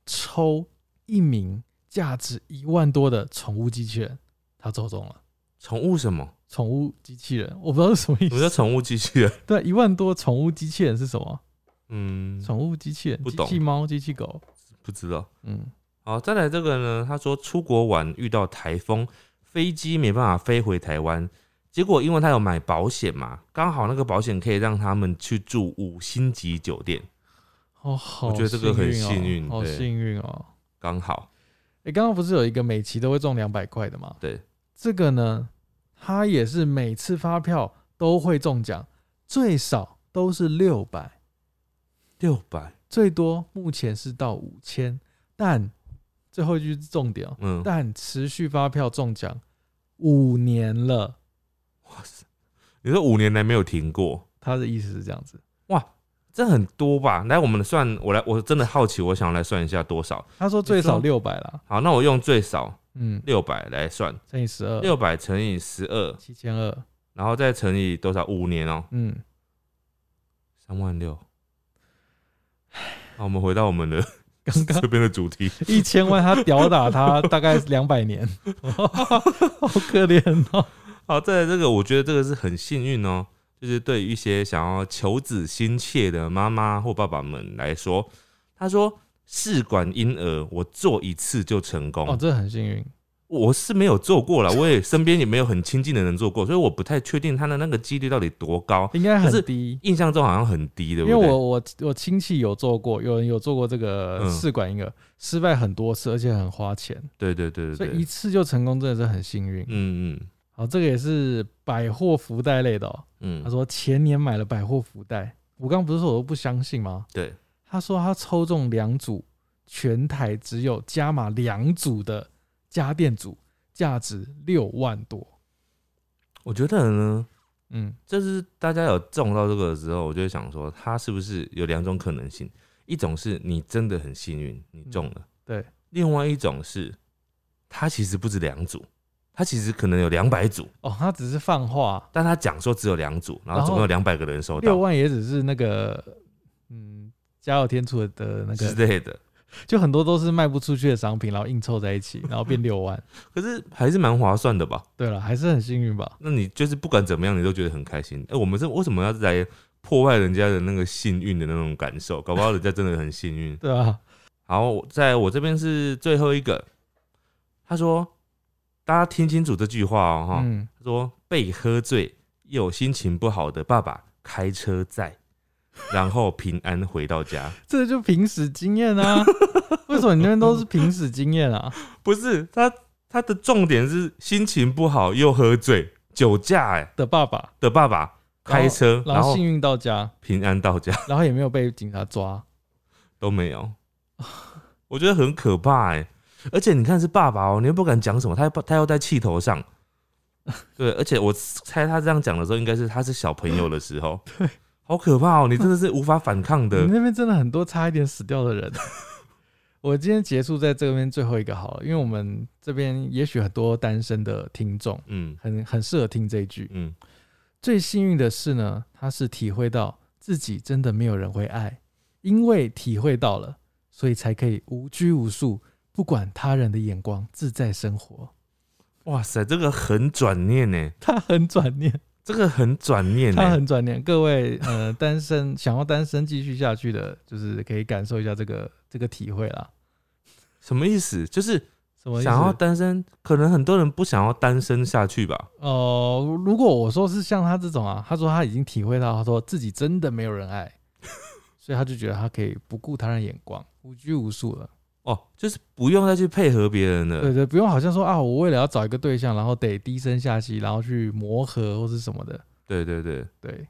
[SPEAKER 1] 抽一名价值一万多的宠物机器人，他抽中了。
[SPEAKER 2] 宠物什么？
[SPEAKER 1] 宠物机器人，我不知道是什么意
[SPEAKER 2] 我叫
[SPEAKER 1] 思。
[SPEAKER 2] 宠物机啊器人。
[SPEAKER 1] 对，一万多宠物机器人是什么？
[SPEAKER 2] 嗯，
[SPEAKER 1] 宠物机器人、
[SPEAKER 2] 不
[SPEAKER 1] 机
[SPEAKER 2] 懂
[SPEAKER 1] 器猫、机器狗，
[SPEAKER 2] 不知道。
[SPEAKER 1] 嗯，
[SPEAKER 2] 好，再来这个呢，他说出国玩遇到台风，飞机没办法飞回台湾，结果因为他有买保险嘛，刚好那个保险可以让他们去住五星级酒店，
[SPEAKER 1] 哦，好、
[SPEAKER 2] 我觉得这个很幸运
[SPEAKER 1] 运哦，好
[SPEAKER 2] 对
[SPEAKER 1] 幸运哦。
[SPEAKER 2] 刚好。
[SPEAKER 1] 诶，刚刚不是有一个每期都会中两百块的吗？
[SPEAKER 2] 对，
[SPEAKER 1] 这个呢，它也是每次发票都会中奖，最少都是六百，
[SPEAKER 2] 六百，
[SPEAKER 1] 最多目前是到五千，但最后一句是重点哦，
[SPEAKER 2] 嗯，
[SPEAKER 1] 但持续发票中奖五年了，
[SPEAKER 2] 哇塞，你说五年来没有停过，
[SPEAKER 1] 他的意思是这样子。
[SPEAKER 2] 这很多吧？来，我们算，我来，我真的好奇，我想来算一下多少。
[SPEAKER 1] 他说最少
[SPEAKER 2] 你
[SPEAKER 1] 六百啦，
[SPEAKER 2] 好，那我用最少
[SPEAKER 1] 嗯，
[SPEAKER 2] 六百来算，
[SPEAKER 1] 乘以十二，
[SPEAKER 2] 六百乘以十二，
[SPEAKER 1] 七千二，
[SPEAKER 2] 然后再乘以多少？五年哦、
[SPEAKER 1] 嗯。
[SPEAKER 2] 三万六。好，我们回到我们的
[SPEAKER 1] 刚刚
[SPEAKER 2] 这边的主题。
[SPEAKER 1] 一千万，他吊打他大概两百年， 好可怜哦。
[SPEAKER 2] 好，再来这个，我觉得这个是很幸运哦，就是对于一些想要求子心切的妈妈或爸爸们来说，他说试管婴儿我做一次就成功，
[SPEAKER 1] 哦哦，这很幸运，
[SPEAKER 2] 我是没有做过了，我也身边也没有很亲近的人做过，所以我不太确定他的那个几率到底多高。
[SPEAKER 1] 应该
[SPEAKER 2] 可是
[SPEAKER 1] 很低。
[SPEAKER 2] 印象中好像很低，对
[SPEAKER 1] 因
[SPEAKER 2] 不
[SPEAKER 1] 为
[SPEAKER 2] 对？
[SPEAKER 1] 我我我亲戚有做过，有人有做过这个
[SPEAKER 2] 嗯
[SPEAKER 1] 试管婴儿，失败很多次，而且很花钱，
[SPEAKER 2] 对对对
[SPEAKER 1] 所
[SPEAKER 2] 对
[SPEAKER 1] 以一
[SPEAKER 2] 对，
[SPEAKER 1] 次就成功真的是很幸运。
[SPEAKER 2] 嗯嗯
[SPEAKER 1] 好，这个也是百货福袋类的、哦。
[SPEAKER 2] 嗯，
[SPEAKER 1] 他说前年买了百货福袋，我刚不是说我都不相信吗？
[SPEAKER 2] 对，
[SPEAKER 1] 他说他抽中两组，全台只有加码两组的家电组，价值六万多。
[SPEAKER 2] 我觉得呢，
[SPEAKER 1] 嗯，
[SPEAKER 2] 就是大家有中到这个之后，我就会想说，它是不是有两种可能性？一种是你真的很幸运，你中了；
[SPEAKER 1] 嗯对。
[SPEAKER 2] 另外一种是，它其实不止两组，它其实可能有两百组，
[SPEAKER 1] 哦，他只是放话，
[SPEAKER 2] 但他讲说只有两组，
[SPEAKER 1] 然
[SPEAKER 2] 然后
[SPEAKER 1] 后
[SPEAKER 2] 总共有两百个人收
[SPEAKER 1] 六
[SPEAKER 2] 到
[SPEAKER 1] 万也只是那个，嗯，家有天助的那
[SPEAKER 2] 之
[SPEAKER 1] 个，
[SPEAKER 2] 类的。
[SPEAKER 1] 就很多都是卖不出去的商品，然后硬凑在一起，然后变六 万。
[SPEAKER 2] 可是还是蛮划算的吧？
[SPEAKER 1] 对了，还是很幸运吧？
[SPEAKER 2] 那你就是不管怎么样，你都觉得很开心。哎、我们是为什么要来破坏人家的那个幸运的那种感受？搞不好人家真的很幸运。
[SPEAKER 1] 对啊，
[SPEAKER 2] 好，在我这边是最后一个，他说，大家听清楚这句话哦，哈、
[SPEAKER 1] 嗯，
[SPEAKER 2] 他说被喝醉又心情不好的爸爸开车载，然后平安回 到家。
[SPEAKER 1] 这就平时经验 啊。为什么你那边都是平时经验啊？
[SPEAKER 2] 不是他他的重点是心情不好又喝醉酒驾哎、
[SPEAKER 1] 的爸爸，
[SPEAKER 2] 的爸爸开车，
[SPEAKER 1] 然
[SPEAKER 2] 然
[SPEAKER 1] 后
[SPEAKER 2] 后
[SPEAKER 1] 幸运到家，
[SPEAKER 2] 平安到家
[SPEAKER 1] 然后也没有被警察抓。
[SPEAKER 2] 都没有，我觉得很可怕哎、而且你看是爸爸哦、你又不敢讲什么，他又不他又在气头上，对，而且我猜他这样讲的时候，应该是他是小朋友的 时候，对，好可怕哦、你真的是无法反抗
[SPEAKER 1] 你
[SPEAKER 2] 的，
[SPEAKER 1] 那边真的很多差一点死掉的人。 我今天结束在这边最后一个好了，因为我们这边也许很多单身的听众
[SPEAKER 2] 嗯
[SPEAKER 1] 很很适合听这一句。
[SPEAKER 2] 嗯，
[SPEAKER 1] 最幸运的是呢，他是体会到自己真的没有人会爱，因为体会到了，所以才可以无拘无束，不管他人的眼光，自在生活。
[SPEAKER 2] 哇塞，这个很转念呢、欸
[SPEAKER 1] 他很转念，
[SPEAKER 2] 这个很转念欸呢、
[SPEAKER 1] 他很转念。各 位呃，单身想要单身继续下去的，就是可以感受一下这个这个体会啦。
[SPEAKER 2] 什么意思？就是
[SPEAKER 1] 什么意思？
[SPEAKER 2] 想要单身，可能很多人不想要单身下去吧。
[SPEAKER 1] 呃，如果我说是像他这种啊，他说他已经体会到，他说自己真的没有人爱， 所以他就觉得他可以不顾他人眼光，无拘无束了。
[SPEAKER 2] 哦，就是不用再去配合别人了。
[SPEAKER 1] 对对，不用好像说啊，我为了要找一个对象，然后得低声下气，然后去磨合或是什么的。
[SPEAKER 2] 对对对，
[SPEAKER 1] 对，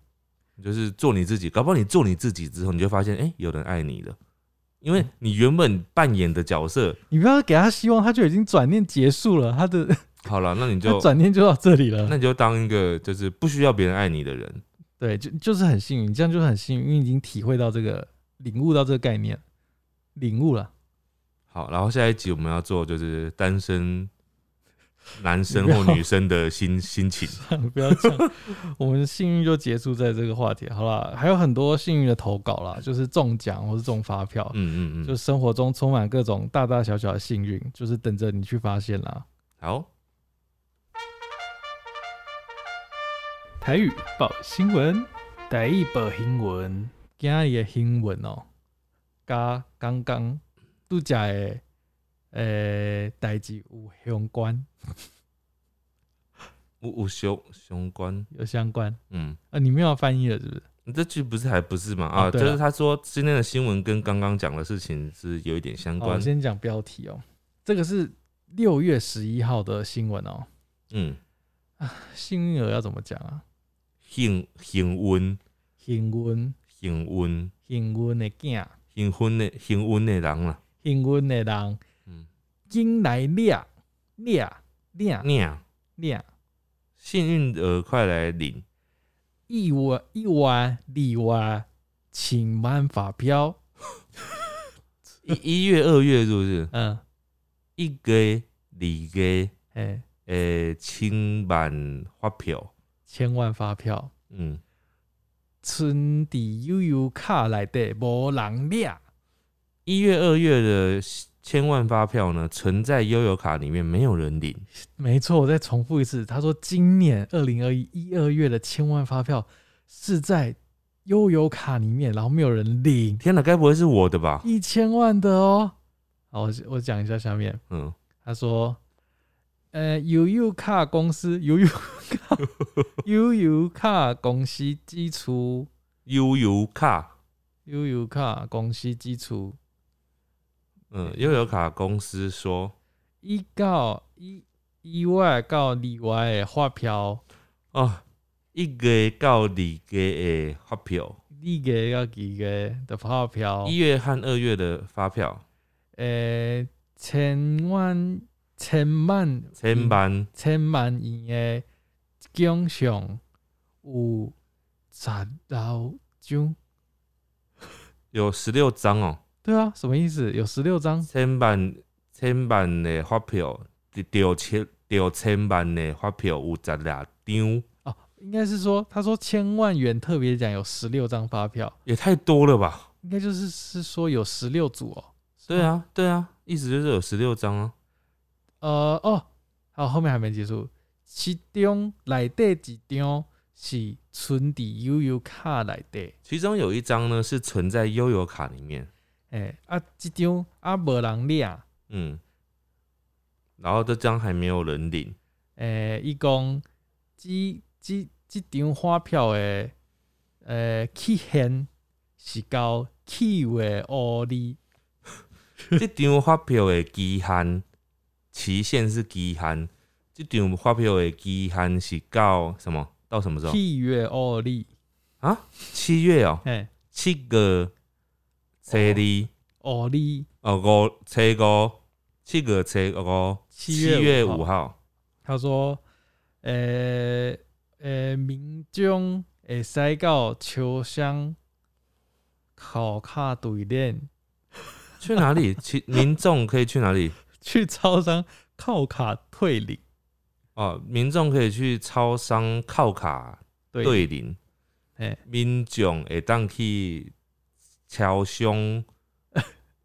[SPEAKER 2] 就是做你自己。搞不好你做你自己之后，你就发现，哎、有人爱你了，因为你原本扮演的角色，
[SPEAKER 1] 你不要给他希望，他就已经转念结束了，他的
[SPEAKER 2] 好了，那你
[SPEAKER 1] 他
[SPEAKER 2] 就
[SPEAKER 1] 转念就到这里了
[SPEAKER 2] 那。你就当一个就是不需要别人爱你的人。
[SPEAKER 1] 对，就就是很幸运，这样就是很幸运，因为已经体会到这个，领悟到这个概念，领悟了。
[SPEAKER 2] 好，然后下一集我们要做就是单身男生
[SPEAKER 1] 你不要
[SPEAKER 2] 或女生 的心心情。
[SPEAKER 1] 不要这 样，我们幸运就结束在这个话题。好啦，还有很多幸运的投稿啦，就是中奖或是中发票，
[SPEAKER 2] 嗯嗯
[SPEAKER 1] 就
[SPEAKER 2] 嗯，
[SPEAKER 1] 生活中充满各种大大小小的幸运，就是等着你去发现啦。
[SPEAKER 2] 好，
[SPEAKER 1] 台语报新闻，
[SPEAKER 3] 第一部新闻，
[SPEAKER 1] 今日的新闻哦、甲刚刚拄则的诶代志有相关，
[SPEAKER 2] 五五雄雄关，
[SPEAKER 1] 有相关
[SPEAKER 2] 嗯。
[SPEAKER 1] 啊，你没有翻译了是不是？
[SPEAKER 2] 你这句不是还不是吗？
[SPEAKER 1] 啊
[SPEAKER 2] 啊，就
[SPEAKER 1] 对啊
[SPEAKER 2] 是他说今天的新闻跟刚刚讲的事情是有一点相
[SPEAKER 1] 好，我
[SPEAKER 2] 关。
[SPEAKER 1] 哦先讲标题哦、这个是六月十一号的新闻哦、
[SPEAKER 2] 嗯，
[SPEAKER 1] 幸运儿要怎么讲啊？
[SPEAKER 2] 幸幸运
[SPEAKER 1] 幸运
[SPEAKER 2] 幸运
[SPEAKER 1] 幸运的囝，
[SPEAKER 2] 幸运的幸运的人啦，
[SPEAKER 1] 幸运的人，
[SPEAKER 2] 嗯，
[SPEAKER 1] 紧来领领领
[SPEAKER 2] 领
[SPEAKER 1] 领，
[SPEAKER 2] 啊幸运儿快来领，
[SPEAKER 1] 一万一万二万，请万发票，
[SPEAKER 2] 一一月二月是不是？
[SPEAKER 1] 嗯，
[SPEAKER 2] 一个二个
[SPEAKER 1] 哎、
[SPEAKER 2] 诶，千万发票，
[SPEAKER 1] 千万发票，
[SPEAKER 2] 嗯，
[SPEAKER 1] 存伫悠悠卡内底无人领，
[SPEAKER 2] 一月二月的千万发票呢，存在悠游卡里面，没有人领。
[SPEAKER 1] 没错，我再重复一次，他说今年二零二一一二月的千万发票是在悠游卡里面，然后没有人领
[SPEAKER 2] 天哪，该不会是我的吧？
[SPEAKER 1] 一千万的哦。好，我我讲一下下面。
[SPEAKER 2] 嗯，
[SPEAKER 1] 他说：“呃悠悠卡公司悠悠卡 悠悠卡公司基础
[SPEAKER 2] 悠游卡，
[SPEAKER 1] 悠悠卡公司基础
[SPEAKER 2] 嗯，悠游卡公司说，
[SPEAKER 1] 依到意意外到例外的发票，
[SPEAKER 2] 哦，一月到二月的发票，
[SPEAKER 1] 你给要几个的发票
[SPEAKER 2] 一？月和二月的发票，
[SPEAKER 1] 呃，千万千万
[SPEAKER 2] 千万
[SPEAKER 1] 千万元的奖项有十六张。
[SPEAKER 2] 有十六张哦，
[SPEAKER 1] 对啊，什么意思？有十六张，
[SPEAKER 2] 千万千万的发票，六千六千万的发票有十六张，
[SPEAKER 1] 应该是说，他说千万元特别奖有十六张发票，
[SPEAKER 2] 也太多了吧？
[SPEAKER 1] 应该就是是说有十六组哦。
[SPEAKER 2] 对啊，对啊，意思就是有十六张啊。
[SPEAKER 1] 呃，哦，好，后面还没结束。其中内底一张是存伫悠悠卡内底，
[SPEAKER 2] 其中有一张呢是存在悠游卡里面，
[SPEAKER 1] 诶、啊，即张啊无人领，
[SPEAKER 2] 嗯，然后这张还没有人 领，
[SPEAKER 1] 诶、伊讲即即即张发票诶，诶、期限是到七月五日。
[SPEAKER 2] 这张发票的期限期限是期限，这张发票的期限是到什么？到什么时候？
[SPEAKER 1] 七月五日，
[SPEAKER 2] 七月哦，
[SPEAKER 1] 嘿，
[SPEAKER 2] 七月初二
[SPEAKER 1] 五日，
[SPEAKER 2] 哦五初五，七月初五，
[SPEAKER 1] 七
[SPEAKER 2] 七月
[SPEAKER 1] 五
[SPEAKER 2] 五
[SPEAKER 1] 号。
[SPEAKER 2] 号，
[SPEAKER 1] 他说，呃呃，民众会使到秋香烤卡对联，
[SPEAKER 2] 去哪里？ 其民众可以去哪里？
[SPEAKER 1] 去超商靠卡退领，
[SPEAKER 2] 哦，民众可以去超商靠卡
[SPEAKER 1] 对，
[SPEAKER 2] 对联，
[SPEAKER 1] 嘿
[SPEAKER 2] 民众会当去超商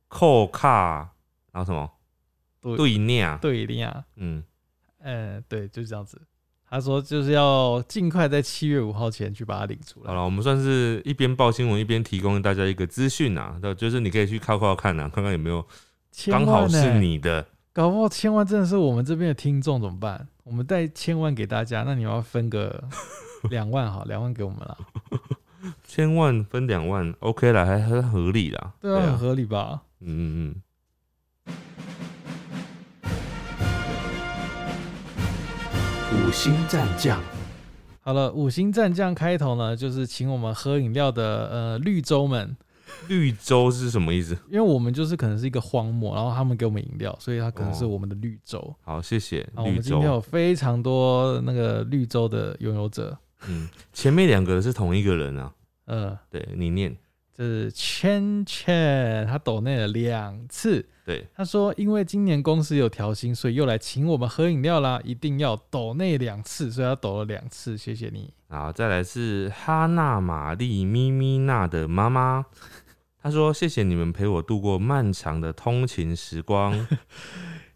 [SPEAKER 2] 扣卡，然后什么
[SPEAKER 1] 对
[SPEAKER 2] 对领，
[SPEAKER 1] 对联啊，
[SPEAKER 2] 嗯，
[SPEAKER 1] 嗯，对，就这样子。他说就是要尽快在七月五号前去把它领出
[SPEAKER 2] 好
[SPEAKER 1] 来。
[SPEAKER 2] 了，我们算是一边报新闻一边提供大家一个资讯啊，对，就是你可以去靠靠看啊，看看有没有
[SPEAKER 1] 千万
[SPEAKER 2] 刚好是
[SPEAKER 1] 欸，
[SPEAKER 2] 你的，
[SPEAKER 1] 搞不好千万真的是我们这边的听众怎么办？我们带千万给大家，那你们要分个两万好，两万给我们啦。
[SPEAKER 2] 千万分两万，OK 啦，还很合理啦，
[SPEAKER 1] 对啊，很合理吧？
[SPEAKER 2] 嗯嗯
[SPEAKER 3] 五星战将，
[SPEAKER 1] 好了，五星战将开头呢，就是请我们喝饮料的呃绿洲们，
[SPEAKER 2] 嗯，绿洲是什么意思？
[SPEAKER 1] 因为我们就是可能是一个荒漠，然后他们给我们饮料，所以它可能是
[SPEAKER 2] 哦
[SPEAKER 1] 我们的绿洲。
[SPEAKER 2] 好，谢谢
[SPEAKER 1] 啊，我
[SPEAKER 2] 绿
[SPEAKER 1] 们今天有
[SPEAKER 2] 洲，
[SPEAKER 1] 非常多那个绿洲的拥有者，
[SPEAKER 2] 嗯，前面两个是同一个人啊，
[SPEAKER 1] 呃，
[SPEAKER 2] 对你念，
[SPEAKER 1] 这是芊芊，他抖内了两次，
[SPEAKER 2] 对，
[SPEAKER 1] 他说因为今年公司有调薪，所以又来请我们喝饮料啦，一定要抖内两次，所以他抖了两次，谢谢你。
[SPEAKER 2] 然后再来是哈娜玛丽咪咪娜的妈妈，她说：“谢谢你们陪我度过漫长的通勤时光。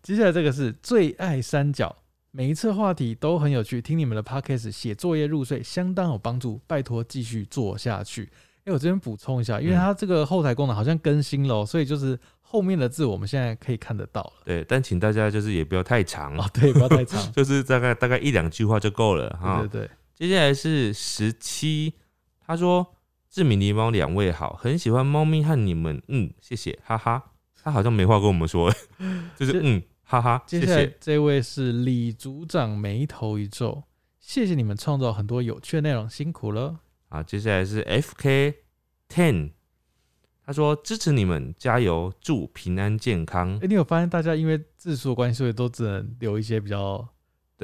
[SPEAKER 1] 接下来这个是最爱三角，每一次话题都很有趣，听你们的 podcast 写作业入睡相当有帮助，拜托继续做下去。哎、我这边补充一下，因为
[SPEAKER 2] 嗯
[SPEAKER 1] 它这个后台功能好像更新了哦、所以就是后面的字我们现在可以看得到了。
[SPEAKER 2] 对，但请大家就是也不要太长，
[SPEAKER 1] 哦，对，不要太 长。
[SPEAKER 2] 就是大概大概一两句话就够了哈。
[SPEAKER 1] 对对对，
[SPEAKER 2] 接下来是十七，她说：“志明狸猫两位好，很喜欢猫咪和你们，嗯，谢谢，哈哈。”她好像没话跟我们说， 就是
[SPEAKER 1] 这
[SPEAKER 2] 嗯，哈哈，谢
[SPEAKER 1] 接下来
[SPEAKER 2] 谢。
[SPEAKER 1] 这位是李组长，眉头一皱，谢谢你们创造很多有趣的内容，辛苦了。
[SPEAKER 2] 啊，接下来是 F K Ten，他说支持你们，加油，祝平安健康
[SPEAKER 1] 哎、。你有发现大家因为字数的关系，所以都只能留一些比较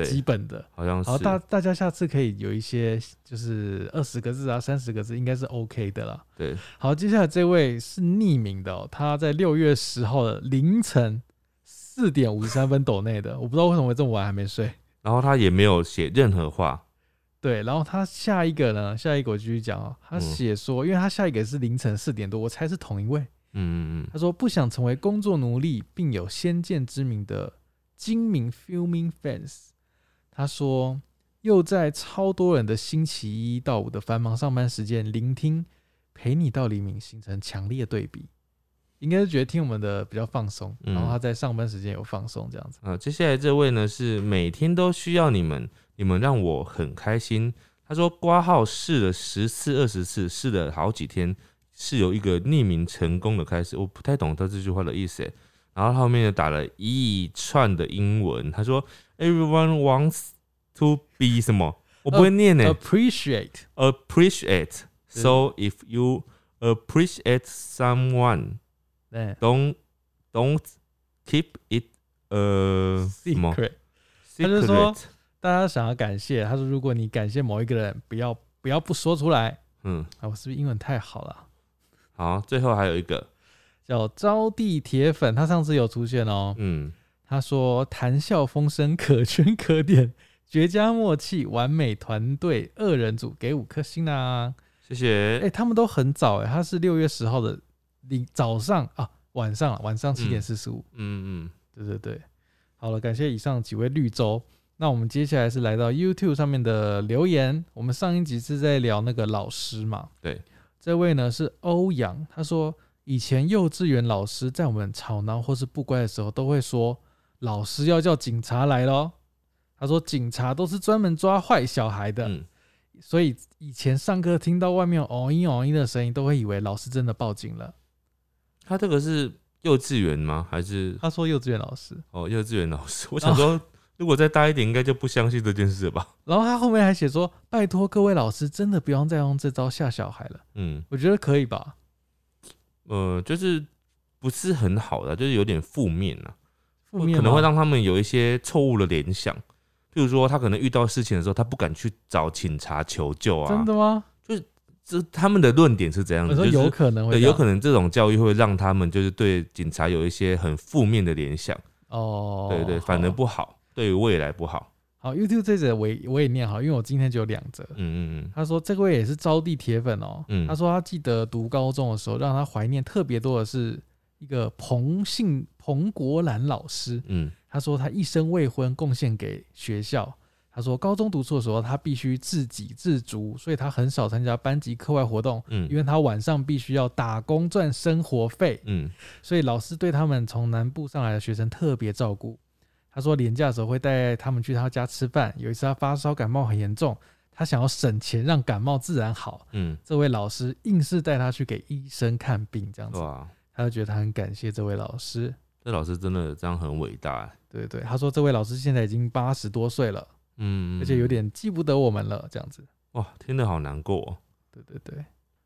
[SPEAKER 1] 基
[SPEAKER 2] 对，
[SPEAKER 1] 本的。
[SPEAKER 2] 好像
[SPEAKER 1] 哎好，
[SPEAKER 2] 是
[SPEAKER 1] 大大家下次可以有一些就是二十个字啊、三十个字，应该是 OK 的啦。
[SPEAKER 2] 对，
[SPEAKER 1] 好，接下来这位是匿名的、哦，他在六月十号的凌晨四点五十三分抖内的，我不知道为什么会这么晚还没睡。
[SPEAKER 2] 然后他也没有写任何话，
[SPEAKER 1] 对，然后他下一个呢？下一个我继续讲啊、他
[SPEAKER 2] 嗯
[SPEAKER 1] 写说，因为他下一个是凌晨四点多，我猜是同一位。
[SPEAKER 2] 嗯嗯嗯，
[SPEAKER 1] 他说不想成为工作奴隶，并有先见之明的精明 filming fans。他说又在超多人的星期一到五的繁忙上班时间聆听，陪你到黎明，形成强烈对比。应该是觉得听我们的比较放松，
[SPEAKER 2] 嗯
[SPEAKER 1] 然后他在上班时间有放松这样子。
[SPEAKER 2] 呃，接下来这位呢是每天都需要你们，你们让我很开心。他说挂号试了十次、二十次，试了好几天，是由一个匿名成功的开始。我不太懂他这句话的意思欸。然后他后面呢打了一串的英文，他说 Everyone wants to be 什么？我不会念呢、欸
[SPEAKER 1] Appreciate，
[SPEAKER 2] appreciate. So if you appreciate someone,
[SPEAKER 1] 对
[SPEAKER 2] don't don't keep it 呃什么？
[SPEAKER 1] ，secret。他就说
[SPEAKER 2] secret，
[SPEAKER 1] 大家想要感谢，他说如果你感谢某一个人，不要不要不说出来
[SPEAKER 2] 嗯，
[SPEAKER 1] 啊！我是不是英文太好了啊？
[SPEAKER 2] 好，最后还有一个，
[SPEAKER 1] 叫招娣铁粉，他上次有出现哦。
[SPEAKER 2] 嗯，
[SPEAKER 1] 他说谈笑风生，可圈可点，绝佳默契，完美团队，二人组给五颗星啦、
[SPEAKER 2] 谢
[SPEAKER 1] 哎、
[SPEAKER 2] 谢，
[SPEAKER 1] 他们都很早哎、他是六月十号的凌早上啊，晚上啊晚上七点四十五。
[SPEAKER 2] 嗯嗯，
[SPEAKER 1] 对对对，好了，感谢以上几位绿洲。那我们接下来是来到 YouTube 上面的留言。我们上一集是在聊那个老师嘛？
[SPEAKER 2] 对，
[SPEAKER 1] 这位呢是欧阳，他说以前幼稚园老师在我们吵闹或是不乖的时候，都会说老师要叫警察来咯。他说警察都是专门抓坏小孩的，
[SPEAKER 2] 嗯，
[SPEAKER 1] 所以以前上课听到外面哦音哦音的声音，都会以为老师真的报警了。
[SPEAKER 2] 他这个是幼稚园吗？还是
[SPEAKER 1] 他说幼稚园老师，
[SPEAKER 2] 哦，幼稚园老师？ 我想
[SPEAKER 1] 哦
[SPEAKER 2] 说，如果再大一点，应该就不相信这件 事吧？
[SPEAKER 1] 然后他后面还写说：“拜托各位老师，真的不用再用这招吓小孩了。
[SPEAKER 2] 嗯”，
[SPEAKER 1] 我觉得可以吧，
[SPEAKER 2] 呃，就是不是很好的，就是有点负面啊。
[SPEAKER 1] 负面
[SPEAKER 2] 可能会
[SPEAKER 1] 吗
[SPEAKER 2] 让他们有一些错误的联想，譬如说他可能遇到事情的时候，他不敢去找警察求救啊。
[SPEAKER 1] 真的吗？
[SPEAKER 2] 这他们的论点是怎样
[SPEAKER 1] 我
[SPEAKER 2] 的？
[SPEAKER 1] 说
[SPEAKER 2] 就是
[SPEAKER 1] 有可能会
[SPEAKER 2] 对，
[SPEAKER 1] 这样，
[SPEAKER 2] 有可能这种教育会让他们就是对警察有一些很负面的联想，
[SPEAKER 1] 哦，
[SPEAKER 2] 对对，反而不好，对于未来不好。
[SPEAKER 1] 好。YouTube 这则我也我也念好，因为我今天只有两则。
[SPEAKER 2] 嗯嗯
[SPEAKER 1] 他说这位也是招娣铁粉哦，
[SPEAKER 2] 嗯
[SPEAKER 1] 他说他记得读高中的时候，让他怀念特别多的是一个彭姓彭国兰老师，
[SPEAKER 2] 嗯
[SPEAKER 1] 他说他一生未婚，贡献给学校。他说高中读书的时候，他必须自给自足，所以他很少参加班级课外活动，
[SPEAKER 2] 嗯
[SPEAKER 1] 因
[SPEAKER 2] 嗯
[SPEAKER 1] 为他晚上必须要打工赚生活费，
[SPEAKER 2] 嗯
[SPEAKER 1] 所以老师对他们从南部上来的学生特别照顾。他说廉价的时候会带他们去他家吃饭，有一次他发烧感冒很严重，他想要省钱让感冒自然好，
[SPEAKER 2] 嗯，
[SPEAKER 1] 这位老师硬是带他去给医生看病，这样子，
[SPEAKER 2] 哇，
[SPEAKER 1] 他就觉得他很感谢这位老师。
[SPEAKER 2] 这老师真的这样很伟大欸。
[SPEAKER 1] 对对，他说这位老师现在已经八十多岁了，
[SPEAKER 2] 嗯，嗯
[SPEAKER 1] 而且有
[SPEAKER 2] 嗯
[SPEAKER 1] 点记不得我们了，这样子。
[SPEAKER 2] 哇，听得好难过哦。
[SPEAKER 1] 对对对，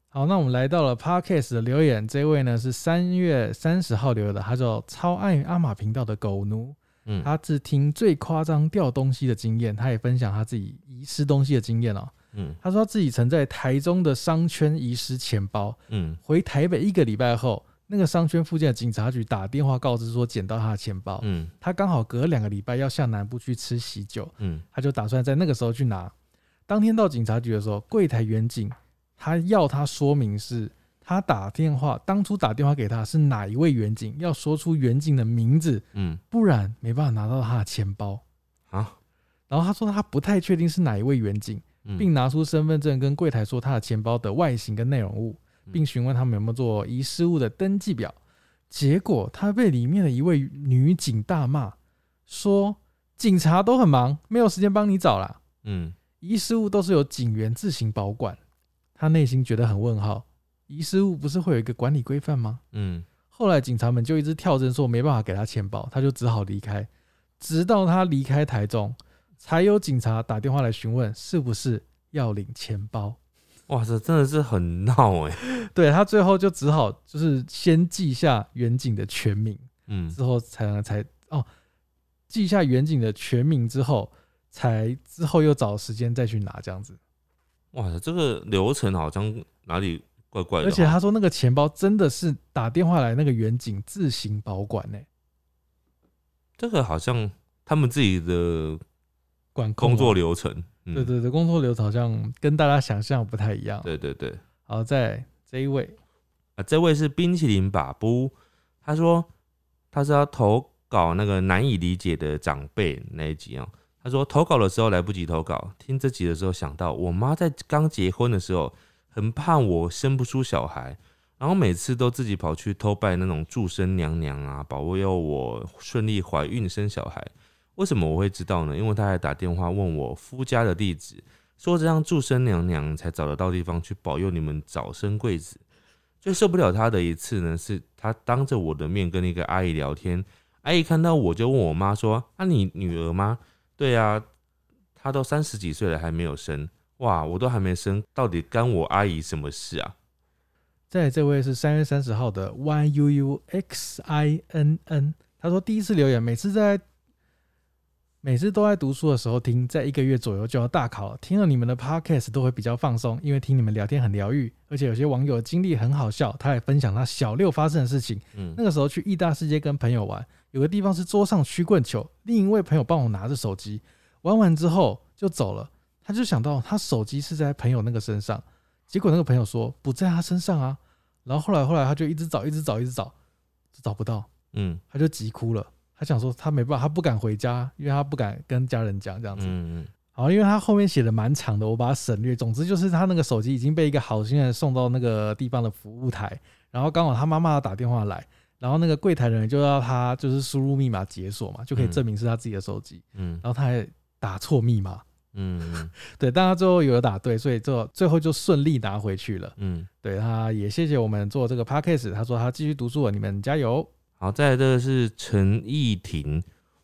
[SPEAKER 1] 好，那我们来到了 Podcast 的留言，这位呢是三月三十号留言的，他叫超爱阿玛频道的狗奴，
[SPEAKER 2] 嗯，
[SPEAKER 1] 他是听最夸张掉东西的经验，他也分享他自己遗失东西的经验哦。
[SPEAKER 2] 嗯
[SPEAKER 1] 他说他自己曾在台中的商圈遗失钱包，
[SPEAKER 2] 嗯
[SPEAKER 1] 回台北一个礼拜后，那个商圈附近的警察局打电话告知说捡到他的钱包，
[SPEAKER 2] 嗯
[SPEAKER 1] 他刚好隔两个礼拜要下南部去吃喜酒，
[SPEAKER 2] 嗯
[SPEAKER 1] 他就打算在那个时候去拿。当天到警察局的时候，柜台员警他要他说明是他打电话，当初打电话给他是哪一位员警，要说出员警的名字，
[SPEAKER 2] 嗯
[SPEAKER 1] 不然没办法拿到他的钱包。
[SPEAKER 2] 啊，
[SPEAKER 1] 然后他说他不太确定是哪一位员警，
[SPEAKER 2] 嗯
[SPEAKER 1] 并拿出身份证跟柜台说他的钱包的外形跟内容物，
[SPEAKER 2] 嗯
[SPEAKER 1] 并询问他们有没有做遗失物的登记表。结果他被里面的一位女警大骂，说警察都很忙，没有时间帮你找啦。
[SPEAKER 2] 嗯
[SPEAKER 1] 遗失物都是由警员自行保管。他内心觉得很问号，遗失物不是会有一个管理规范吗？
[SPEAKER 2] 嗯
[SPEAKER 1] 后来警察们就一直跳针说没办法给他钱包，他就只好离开。直到他离开台中，才有警察打电话来询问是不是要领钱包。
[SPEAKER 2] 哇，这真的是很闹哎。
[SPEAKER 1] 对他最后就只好就是先记下远景的全名，
[SPEAKER 2] 嗯
[SPEAKER 1] 之后才才哦记下远景的全名之后，才之后又找时间再去拿这样子。
[SPEAKER 2] 哇，这个流程好像哪里怪怪的哦，
[SPEAKER 1] 而且他说那个钱包真的是打电话来那个远景自行保管呢、欸
[SPEAKER 2] 这个好像他们自己的
[SPEAKER 1] 管控啊
[SPEAKER 2] 工作。流程，嗯
[SPEAKER 1] 对对对，工作流程好像跟大家想象不太一样。
[SPEAKER 2] 对对对
[SPEAKER 1] 好，在这一位，
[SPEAKER 2] 啊，这位是冰淇淋把布，他说他是要投稿那个难以理解的长辈那一集啊、他说投稿的时候来不及投稿，听这集的时候想到我妈在刚结婚的时候很怕我生不出小孩，然后每次都自己跑去偷拜那种祝生娘娘啊，保佑我顺利怀孕生小孩。为什么我会知道呢？因为他还打电话问我夫家的地址，说这让祝生娘娘才找得到地方去保佑你们早生贵子。最受不了他的一次呢，是他当着我的面跟一个阿姨聊天，阿姨看到我就问我妈说：“啊，你女儿吗？”对啊，她都三十几岁了还没有生，哇，我都还没生，到底干我阿姨什么事啊？
[SPEAKER 1] 再来这位是三月三十号的 Y U U X I N N，他说第一次留言，每次在每次都在读书的时候听，在一个月左右就要大考了，听了你们的 podcast 都会比较放松，因为听你们聊天很疗愈，而且有些网友的经历很好笑，他也分享他小六发生的事情。
[SPEAKER 2] 嗯
[SPEAKER 1] 那，个时候去义大世界跟朋友玩，有个地方是桌上曲棍球，另一位朋友帮我拿着手机，玩完之后就走了。他就想到他手机是在朋友那个身上，结果那个朋友说不在他身上啊。然后后来后来他就一直找，一直找，一直找，就找不到，
[SPEAKER 2] 嗯
[SPEAKER 1] 他就急哭了。他想说他没办法，他不敢回家，因为他不敢跟家人讲这样子。
[SPEAKER 2] 嗯嗯
[SPEAKER 1] 好，因为他后面写的蛮长的，我把它省略。总之就是他那个手机已经被一个好心人送到那个地方的服务台，然后刚好他妈妈打电话来，然后那个柜台人就要他就是输入密码解锁嘛，就可以
[SPEAKER 2] 嗯
[SPEAKER 1] 证明是他自己的手机。
[SPEAKER 2] 嗯
[SPEAKER 1] 然后他还打错密码，
[SPEAKER 2] 嗯
[SPEAKER 1] 对，但他最后有打对，所以最后最后就顺利拿回去了。
[SPEAKER 2] 嗯。
[SPEAKER 1] 对，他也谢谢我们做这个 podcast，他说他继续读书了，你们加油。
[SPEAKER 2] 好，再来这个是陈逸婷，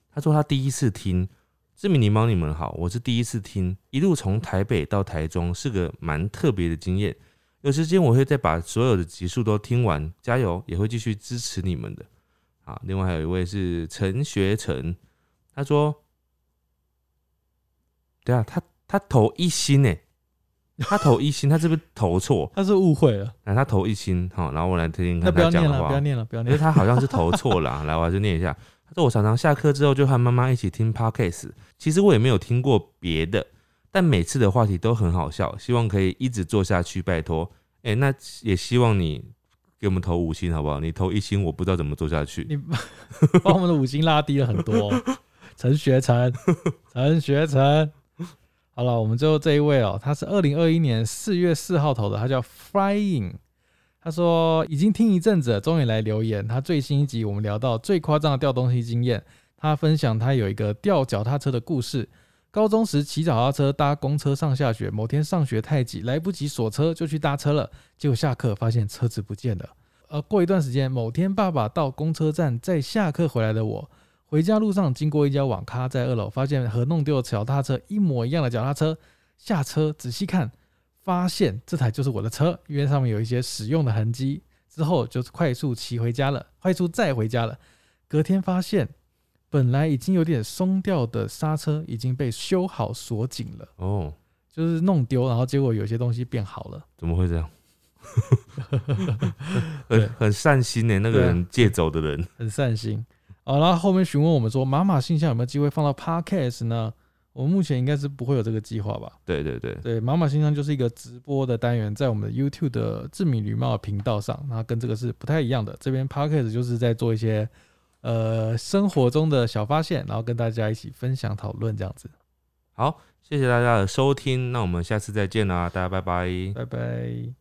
[SPEAKER 2] 他说他第一次听《志明狸猫》，你们好，我是第一次听，一路从台北到台中，是个蛮特别的经验。有时间我会再把所有的集数都听完，加油，也会继续支持你们的。好，另外还有一位是陈学成，他说，对啊，他他投一星呢，他投一星，他是不是投错？
[SPEAKER 1] 他是误会了，
[SPEAKER 2] 那他投一星，好，然后我来听听
[SPEAKER 1] 那
[SPEAKER 2] 看
[SPEAKER 1] 不
[SPEAKER 2] 他
[SPEAKER 1] 要
[SPEAKER 2] 讲
[SPEAKER 1] 念
[SPEAKER 2] 的
[SPEAKER 1] 了，
[SPEAKER 2] 话
[SPEAKER 1] 不要。念了，不要
[SPEAKER 2] 因为
[SPEAKER 1] 念了。
[SPEAKER 2] 他好像是投错了啊、 来，我还是念一下。他说我常常下课之后就和妈妈一起听 podcast，其实我也没有听过别的，但每次的话题都很好笑，希望可以一直做下去，拜托。哎、那也希望你给我们投五星好不好？你投一星，我不知道怎么做下去。
[SPEAKER 1] 你把我们的五星拉低了很多、陈学成，陈学成。好了，我们最后这一位哦，他是二零二一年四月四号投的，他叫 Flying。他说已经听一阵子了，终于来留言。他最新一集我们聊到最夸张的掉东西经验，他分享他有一个掉脚踏车的故事。高中时骑脚踏车搭公车上下学，某天上学太挤，来不及锁车就去搭车了，结果下课发现车子不见了。呃，过一段时间，某天爸爸到公车站，在下课回来的我，回家路上经过一家网咖，在二楼发现和弄丢的脚踏车一模一样的脚踏车，下车仔细看，发现这台就是我的车，因为上面有一些使用的痕迹。之后就快速骑回家了，快速再回家了。隔天发现，本来已经有点松掉的刹车已经被修好锁紧了，
[SPEAKER 2] 哦，
[SPEAKER 1] 就是弄丢，然后结果有些东西变好了。
[SPEAKER 2] 怎么会 这样？
[SPEAKER 1] 对
[SPEAKER 2] 很很善心呢、那个
[SPEAKER 1] 对啊
[SPEAKER 2] 人借走的人，
[SPEAKER 1] 很善心。好，然后后面询问我们说，妈妈信箱有没有机会放到 Podcast 呢？我们目前应该是不会有这个计划吧？
[SPEAKER 2] 对对对，
[SPEAKER 1] 对，妈妈信箱就是一个直播的单元，在我们的 YouTube 的志明驴猫频道上，那跟这个是不太一样的。这边 Podcast 就是在做一些呃生活中的小发现，然后跟大家一起分享讨论这样子。
[SPEAKER 2] 好，谢谢大家的收听，那我们下次再见啦，大家拜拜。
[SPEAKER 1] 拜拜。